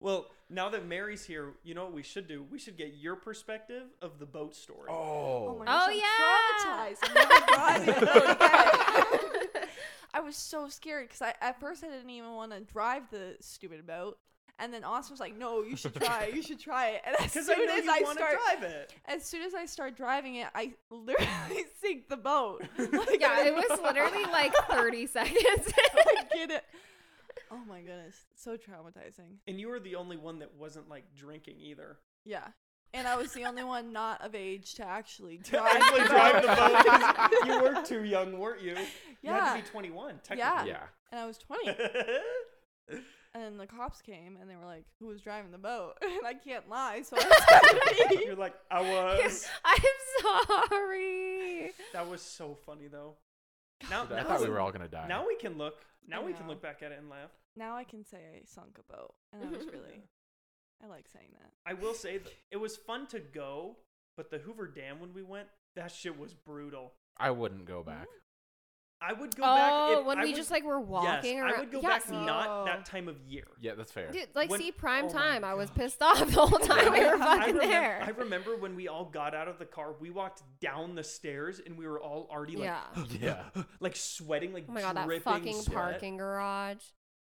[SPEAKER 1] well, now that Mary's here, you know what we should do? We should get your perspective of the boat story.
[SPEAKER 4] Oh,
[SPEAKER 3] my
[SPEAKER 2] Oh,
[SPEAKER 3] gosh, I'm
[SPEAKER 2] yeah.
[SPEAKER 3] Traumatized. I'm never driving again. I was so scared because I at first I didn't even want to drive the stupid boat, and then Austin was like, "No, you should try it. You should try it." And as
[SPEAKER 1] Because
[SPEAKER 3] soon
[SPEAKER 1] I know
[SPEAKER 3] as
[SPEAKER 1] you
[SPEAKER 3] I
[SPEAKER 1] want
[SPEAKER 3] start,
[SPEAKER 1] to drive it.
[SPEAKER 3] as soon as I start driving it, I literally sink the boat. Like,
[SPEAKER 2] yeah, it was literally like 30 seconds.
[SPEAKER 3] I get it. Oh my goodness, so traumatizing.
[SPEAKER 1] And you were the only one that wasn't like drinking either.
[SPEAKER 3] Yeah, and I was the only one not of age to actually
[SPEAKER 1] To
[SPEAKER 3] drive.
[SPEAKER 1] actually
[SPEAKER 3] the
[SPEAKER 1] drive
[SPEAKER 3] boat.
[SPEAKER 1] the boat. 'cause you were too young, weren't you? You had to
[SPEAKER 3] Yeah.
[SPEAKER 1] be 21,
[SPEAKER 3] Yeah.
[SPEAKER 1] technically.
[SPEAKER 4] yeah.
[SPEAKER 3] and I was twenty. And then the cops came and they were like, "Who was driving the boat?" And I can't lie, so I was like,
[SPEAKER 1] You're like, I was.
[SPEAKER 2] I'm sorry.
[SPEAKER 1] That was so funny though. Now,
[SPEAKER 4] I
[SPEAKER 1] now,
[SPEAKER 4] thought we
[SPEAKER 1] we-
[SPEAKER 4] were all gonna die.
[SPEAKER 1] now we can look. Now
[SPEAKER 3] I
[SPEAKER 1] we can
[SPEAKER 3] know.
[SPEAKER 1] look back at it and laugh.
[SPEAKER 3] now I can say I sunk a boat, and I was really, I like saying that.
[SPEAKER 1] I will say that it was fun to go, but the Hoover Dam when we went, that shit was brutal.
[SPEAKER 4] I wouldn't go back.
[SPEAKER 1] I would go back.
[SPEAKER 2] oh,
[SPEAKER 1] if
[SPEAKER 2] when
[SPEAKER 1] I
[SPEAKER 2] we
[SPEAKER 1] would-
[SPEAKER 2] just like were
[SPEAKER 1] yes,
[SPEAKER 2] walking around.
[SPEAKER 1] I would go
[SPEAKER 2] yeah,
[SPEAKER 1] back.
[SPEAKER 2] see,
[SPEAKER 1] Not
[SPEAKER 3] Oh.
[SPEAKER 1] that time of year.
[SPEAKER 4] Yeah, that's fair.
[SPEAKER 2] Dude, like,
[SPEAKER 1] when-
[SPEAKER 2] see, prime
[SPEAKER 1] oh my
[SPEAKER 2] time. I was
[SPEAKER 1] gosh.
[SPEAKER 2] pissed off the whole time we
[SPEAKER 1] Yeah.
[SPEAKER 2] were
[SPEAKER 1] I
[SPEAKER 2] fucking
[SPEAKER 1] remem-
[SPEAKER 2] there.
[SPEAKER 1] I remember when we all got out of the car, we walked down the stairs and we were all already like,
[SPEAKER 2] yeah.
[SPEAKER 4] Yeah.
[SPEAKER 1] like sweating, like
[SPEAKER 2] Oh my god, that
[SPEAKER 1] dripping
[SPEAKER 2] fucking
[SPEAKER 1] sweat.
[SPEAKER 2] parking garage.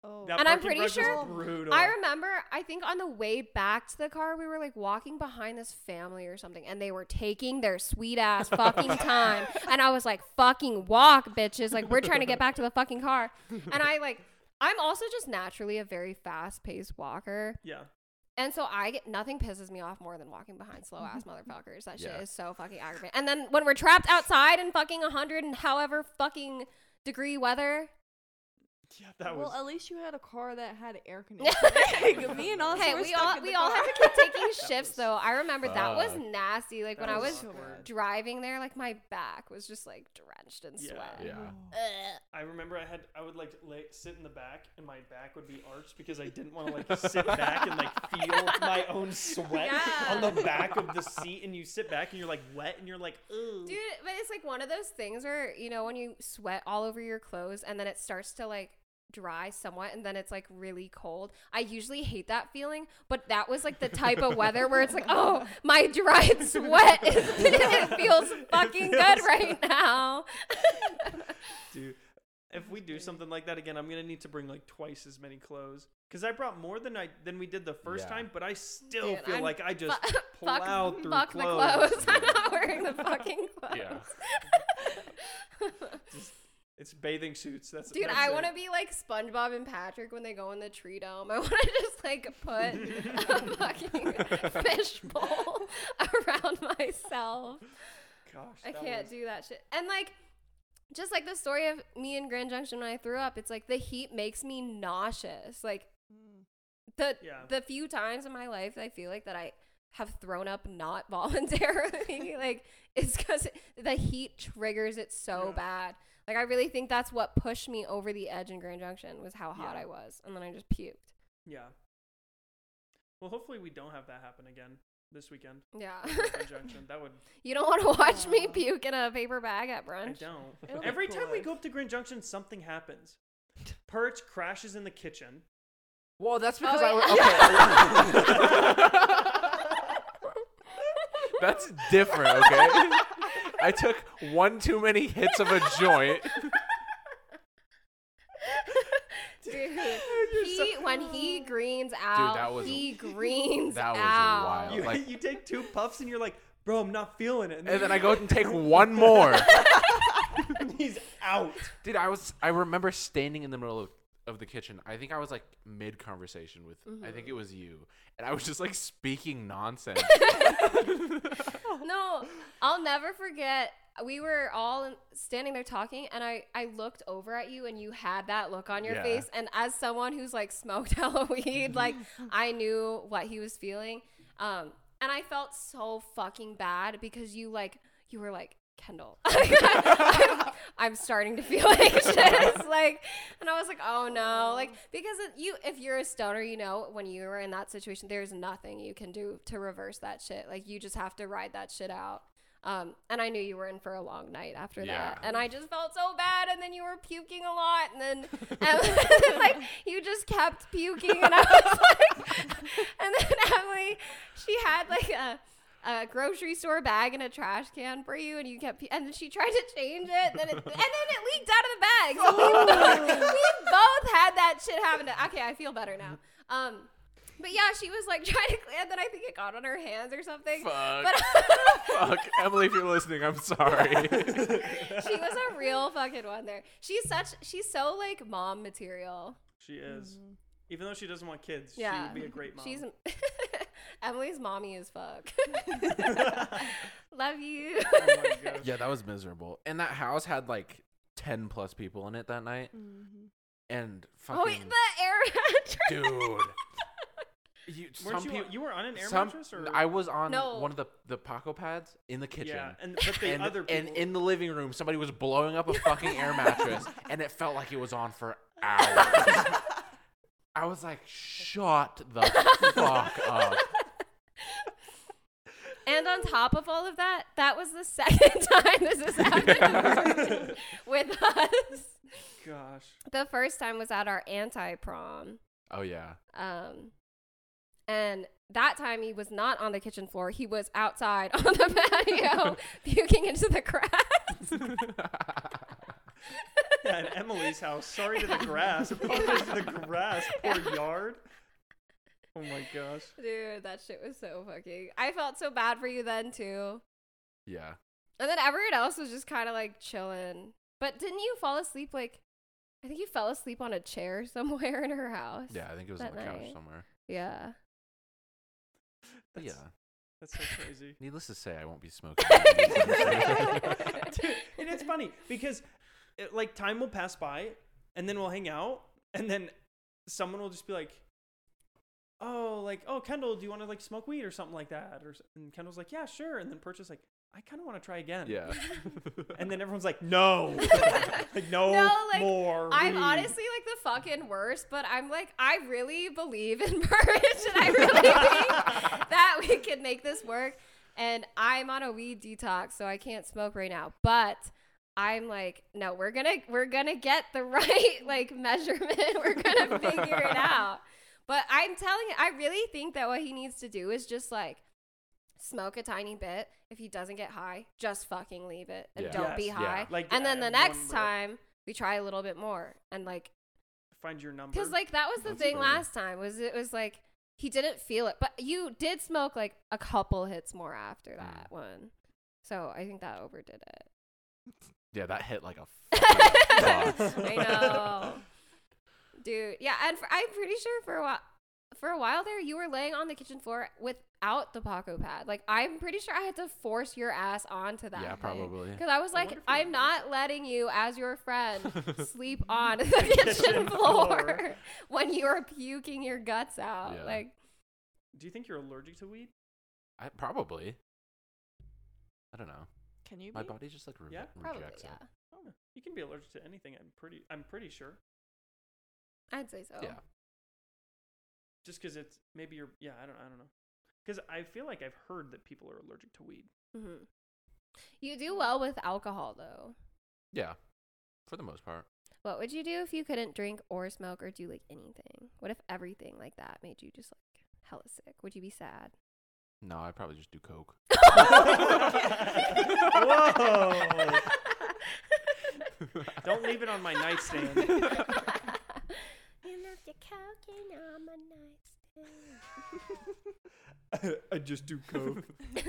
[SPEAKER 3] Oh,
[SPEAKER 1] That
[SPEAKER 2] And I'm
[SPEAKER 1] parking
[SPEAKER 2] pretty
[SPEAKER 1] garage was
[SPEAKER 2] sure-
[SPEAKER 1] brutal.
[SPEAKER 2] I remember, I think on the way back to the car, we were like walking behind this family or something, and they were taking their sweet ass fucking time. And I was like, fucking walk, bitches. Like, we're trying to get back to the fucking car. And I like, I'm also just naturally a very fast paced walker.
[SPEAKER 1] yeah,
[SPEAKER 2] And so I get nothing pisses me off more than walking behind slow ass motherfuckers. That shit
[SPEAKER 4] Yeah.
[SPEAKER 2] is so fucking aggravating. And then when we're trapped outside in fucking 100 and however fucking degree weather,
[SPEAKER 1] yeah, that
[SPEAKER 3] well,
[SPEAKER 1] was.
[SPEAKER 3] at least you had a car that had air conditioning. Me and Austin
[SPEAKER 2] Hey,
[SPEAKER 3] were
[SPEAKER 2] we
[SPEAKER 3] stuck
[SPEAKER 2] all
[SPEAKER 3] in the
[SPEAKER 2] we all
[SPEAKER 3] car.
[SPEAKER 2] had to keep taking
[SPEAKER 1] That
[SPEAKER 2] shifts
[SPEAKER 1] was-
[SPEAKER 2] though. I remember that was
[SPEAKER 4] Fuck.
[SPEAKER 2] nasty. Like when
[SPEAKER 1] that
[SPEAKER 2] I
[SPEAKER 1] was
[SPEAKER 2] was
[SPEAKER 1] so bad.
[SPEAKER 2] driving there, like my back was just like drenched in
[SPEAKER 1] Yeah.
[SPEAKER 2] sweat.
[SPEAKER 4] Yeah.
[SPEAKER 2] Ugh.
[SPEAKER 1] I remember I had I would like lay, sit in the back and my back would be arched because I didn't want to like sit back and like feel my own sweat
[SPEAKER 2] Yeah.
[SPEAKER 1] on the back of the seat and you sit back and you're like wet and you're like ooh
[SPEAKER 2] Dude, but it's like one of those things where you know when you sweat all over your clothes and then it starts to like dry somewhat and then it's like really cold. I usually hate that feeling, but that was like the type of weather where it's like, "Oh, my dried sweat is it feels
[SPEAKER 1] It
[SPEAKER 2] fucking
[SPEAKER 1] feels
[SPEAKER 2] good right now."
[SPEAKER 1] dude. If we do something like that again, I'm gonna need to bring like twice as many clothes because I brought more than I than we did the first
[SPEAKER 4] Yeah.
[SPEAKER 1] time, but I still
[SPEAKER 2] Dude,
[SPEAKER 1] feel
[SPEAKER 2] I'm-
[SPEAKER 1] like I just
[SPEAKER 2] Fu-
[SPEAKER 1] plowed
[SPEAKER 2] fuck,
[SPEAKER 1] through
[SPEAKER 2] fuck
[SPEAKER 1] clothes.
[SPEAKER 2] the clothes. I'm not wearing the fucking clothes.
[SPEAKER 4] Yeah.
[SPEAKER 1] Just It's bathing suits. That's
[SPEAKER 2] Dude,
[SPEAKER 1] that's
[SPEAKER 2] I
[SPEAKER 1] it.
[SPEAKER 2] want to be like SpongeBob and Patrick when they go in the tree dome. I want to just like put a fucking fishbowl around myself.
[SPEAKER 1] Gosh,
[SPEAKER 2] I
[SPEAKER 1] that
[SPEAKER 2] can't
[SPEAKER 1] was-
[SPEAKER 2] do that shit. And like, just like the story of me in Grand Junction when I threw up, it's like the heat makes me nauseous. Like
[SPEAKER 3] Mm.
[SPEAKER 2] the
[SPEAKER 1] Yeah.
[SPEAKER 2] the few times in my life I feel like that I have thrown up not voluntarily, like it's because the heat triggers it so
[SPEAKER 1] Yeah.
[SPEAKER 2] bad. Like I really think that's what pushed me over the edge in Grand Junction was how hot
[SPEAKER 1] Yeah.
[SPEAKER 2] I was, and then I just puked.
[SPEAKER 1] Yeah. Well, hopefully we don't have that happen again this weekend.
[SPEAKER 2] Yeah,
[SPEAKER 1] at Grand Junction. That would
[SPEAKER 2] you don't want to watch me
[SPEAKER 3] Aw.
[SPEAKER 2] puke in a paper bag at
[SPEAKER 1] I
[SPEAKER 2] brunch.
[SPEAKER 1] don't.
[SPEAKER 3] It'll be
[SPEAKER 1] Every
[SPEAKER 3] cool
[SPEAKER 1] time we
[SPEAKER 3] if-
[SPEAKER 1] go up to Grand Junction, something happens. Perch crashes in the kitchen.
[SPEAKER 4] Well, that's
[SPEAKER 2] Oh,
[SPEAKER 4] because
[SPEAKER 2] yeah.
[SPEAKER 4] I was. Okay. that's different, okay? I took one too many hits of a joint.
[SPEAKER 2] Dude,
[SPEAKER 1] You're
[SPEAKER 2] he,
[SPEAKER 1] so-
[SPEAKER 2] when he greens out,
[SPEAKER 4] that was-
[SPEAKER 2] he greens
[SPEAKER 4] that was
[SPEAKER 2] out.
[SPEAKER 4] wild.
[SPEAKER 1] You,
[SPEAKER 4] Like-
[SPEAKER 1] you take two puffs and you're like, bro, I'm not feeling it.
[SPEAKER 4] And then I go and take one more.
[SPEAKER 1] he's out.
[SPEAKER 4] Dude, I was I remember standing in the middle of, of the kitchen. I think I was like mid conversation with I think it was you. And I was just like speaking nonsense.
[SPEAKER 2] No, I'll never forget. We were all in- standing there talking, and I, I looked over at you, and you had that look on your
[SPEAKER 4] Yeah.
[SPEAKER 2] face. And as someone who's like smoked hella weed, like I knew what he was feeling. Um, and I felt so fucking bad because you like you were like Kendall. I'm starting to feel anxious, like, and I was like, oh no, like because it, you, if you're a stoner, you know when you were in that situation, there's nothing you can do to reverse that shit. Like you just have to ride that shit out. Um, and I knew you were in for a long night after that,
[SPEAKER 4] Yeah.
[SPEAKER 2] and I just felt so bad. And then you were puking a lot, and then and, like you just kept puking, and I was like, and then Emily, she had like a a grocery store bag and a trash can for you, and you kept, and then she tried to change it, and then it, and then it leaked out of the bag. So we, both, we both had that shit happen. To, okay, I feel better now. Um, but yeah, she was like trying to, clean, and then I think it got on her hands or something.
[SPEAKER 4] Fuck.
[SPEAKER 2] But
[SPEAKER 4] Fuck. Emily, if you're listening, I'm sorry.
[SPEAKER 2] she was a real fucking one there. She's such, she's so like mom material.
[SPEAKER 1] She is. Even though she doesn't want kids, she
[SPEAKER 2] Mm-hmm. Yeah.
[SPEAKER 1] would be a great mom.
[SPEAKER 2] She's Emily's mommy as fuck. Love you.
[SPEAKER 1] oh my gosh.
[SPEAKER 4] yeah, that was miserable. And that house had like ten plus people in it that night.
[SPEAKER 3] Mhm.
[SPEAKER 4] And fucking
[SPEAKER 2] Oh, wait, the air mattress.
[SPEAKER 4] dude. You,
[SPEAKER 1] Weren't
[SPEAKER 4] some
[SPEAKER 1] you,
[SPEAKER 4] people,
[SPEAKER 1] you were on an air
[SPEAKER 4] some,
[SPEAKER 1] mattress? Or?
[SPEAKER 4] I was on
[SPEAKER 2] No.
[SPEAKER 4] one of the the Paco pads in the kitchen.
[SPEAKER 1] Yeah, and, but the
[SPEAKER 4] and,
[SPEAKER 1] other people.
[SPEAKER 4] and in the living room, somebody was blowing up a fucking air mattress, and it felt like it was on for hours.
[SPEAKER 3] Mm-hmm.
[SPEAKER 4] I was like, "Shut the fuck up!"
[SPEAKER 2] And on top of all of that, that was the second time this has happened with us.
[SPEAKER 1] Gosh.
[SPEAKER 2] The first time was at our anti prom.
[SPEAKER 4] Oh yeah,
[SPEAKER 2] Um, and that time he was not on the kitchen floor, he was outside on the patio puking into the grass.
[SPEAKER 1] Yeah, at Emily's house. Sorry to the grass. Apologize to the grass. Poor yard. Oh my gosh.
[SPEAKER 2] Dude, that shit was so fucking. I felt so bad for you then too.
[SPEAKER 4] yeah.
[SPEAKER 2] And then everyone else was just kind of like chilling. But didn't you fall asleep like I think you fell asleep on a chair somewhere in her house.
[SPEAKER 4] Yeah, I think it was
[SPEAKER 2] That
[SPEAKER 4] on the couch
[SPEAKER 2] night.
[SPEAKER 4] somewhere.
[SPEAKER 2] Yeah.
[SPEAKER 4] But yeah,
[SPEAKER 1] That's- That's so crazy.
[SPEAKER 4] needless to say, I won't be smoking.
[SPEAKER 1] Dude, and it's funny because it, like time will pass by and then we'll hang out and then someone will just be like oh like oh kendall do you want to like smoke weed or something like that or s- and kendall's like yeah sure and then purchase like i kind of want to try again
[SPEAKER 4] yeah,
[SPEAKER 1] and then everyone's like no like no,
[SPEAKER 2] No, like,
[SPEAKER 1] more
[SPEAKER 2] I'm
[SPEAKER 1] weed."
[SPEAKER 2] honestly like the fucking worst, but I'm like, I really believe in courage and I really think that we can make this work. And I'm on a weed detox, so I can't smoke right now. But I'm like, no, we're gonna we're gonna get the right like measurement. We're gonna figure it out. But I'm telling you, I really think that what he needs to do is just like smoke a tiny bit. If he doesn't get high, just fucking leave it and
[SPEAKER 4] Yeah.
[SPEAKER 2] don't be
[SPEAKER 1] Yes,
[SPEAKER 4] yeah.
[SPEAKER 2] high.
[SPEAKER 1] Like,
[SPEAKER 2] and
[SPEAKER 1] yeah,
[SPEAKER 2] then the
[SPEAKER 1] one
[SPEAKER 2] next
[SPEAKER 1] rip.
[SPEAKER 2] time we try a little bit more and like
[SPEAKER 1] find your number
[SPEAKER 2] because like that was the
[SPEAKER 4] That's
[SPEAKER 2] thing
[SPEAKER 4] fair.
[SPEAKER 2] last time was it was like he didn't feel it, but you did smoke like
[SPEAKER 1] Mm.
[SPEAKER 2] a couple hits more after that one. So I think that overdid it.
[SPEAKER 4] Yeah, that hit like a. fucking bus.
[SPEAKER 2] I know. Dude, yeah, and for, I'm pretty sure for a while, for a while there, you were laying on the kitchen floor without the Paco pad. Like, I'm pretty sure I had to force your ass onto that.
[SPEAKER 4] yeah, probably.
[SPEAKER 2] Because I was
[SPEAKER 1] I
[SPEAKER 2] like,
[SPEAKER 1] wonder if you
[SPEAKER 2] I'm
[SPEAKER 1] remember.
[SPEAKER 2] not letting you, as your friend, sleep on the kitchen floor
[SPEAKER 1] floor.
[SPEAKER 2] when you are puking your guts out.
[SPEAKER 4] Yeah.
[SPEAKER 2] Like,
[SPEAKER 1] Do you think you're allergic to weed?
[SPEAKER 4] I, probably. I don't know.
[SPEAKER 3] Can you?
[SPEAKER 4] My
[SPEAKER 3] Be?
[SPEAKER 4] body just like re-
[SPEAKER 1] Yeah,
[SPEAKER 2] probably,
[SPEAKER 4] rejects
[SPEAKER 2] yeah.
[SPEAKER 4] it.
[SPEAKER 1] I don't know. Oh, You can be allergic to anything. I'm pretty. I'm pretty sure.
[SPEAKER 2] I'd say so.
[SPEAKER 4] Yeah.
[SPEAKER 1] Just because it's maybe you're. Yeah, I don't. I don't know. Because I feel like I've heard that people are allergic to weed.
[SPEAKER 2] Mhm. You do well with alcohol, though.
[SPEAKER 4] Yeah. For the most part.
[SPEAKER 2] What would you do if you couldn't drink or smoke or do like anything? What if everything like that made you just like hella sick? Would you be sad?
[SPEAKER 4] No, I probably just do coke.
[SPEAKER 1] Whoa! Don't leave it on my nightstand.
[SPEAKER 2] You left your cocaine on my nightstand.
[SPEAKER 1] I just do coke.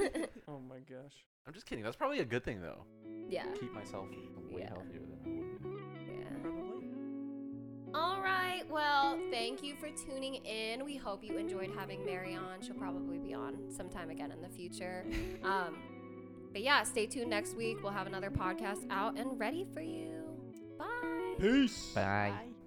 [SPEAKER 1] oh my gosh.
[SPEAKER 4] I'm just kidding. That's probably a good thing though.
[SPEAKER 2] yeah.
[SPEAKER 4] Keep myself way
[SPEAKER 2] Yeah.
[SPEAKER 4] healthier than I would. be.
[SPEAKER 2] Yeah.
[SPEAKER 1] Probably.
[SPEAKER 2] All right. Well, thank you for tuning in. We hope you enjoyed having Mary on. She'll probably be on sometime again in the future. Um, but yeah, stay tuned next week. We'll have another podcast out and ready for you. Bye.
[SPEAKER 1] Peace.
[SPEAKER 4] Bye.
[SPEAKER 3] Bye.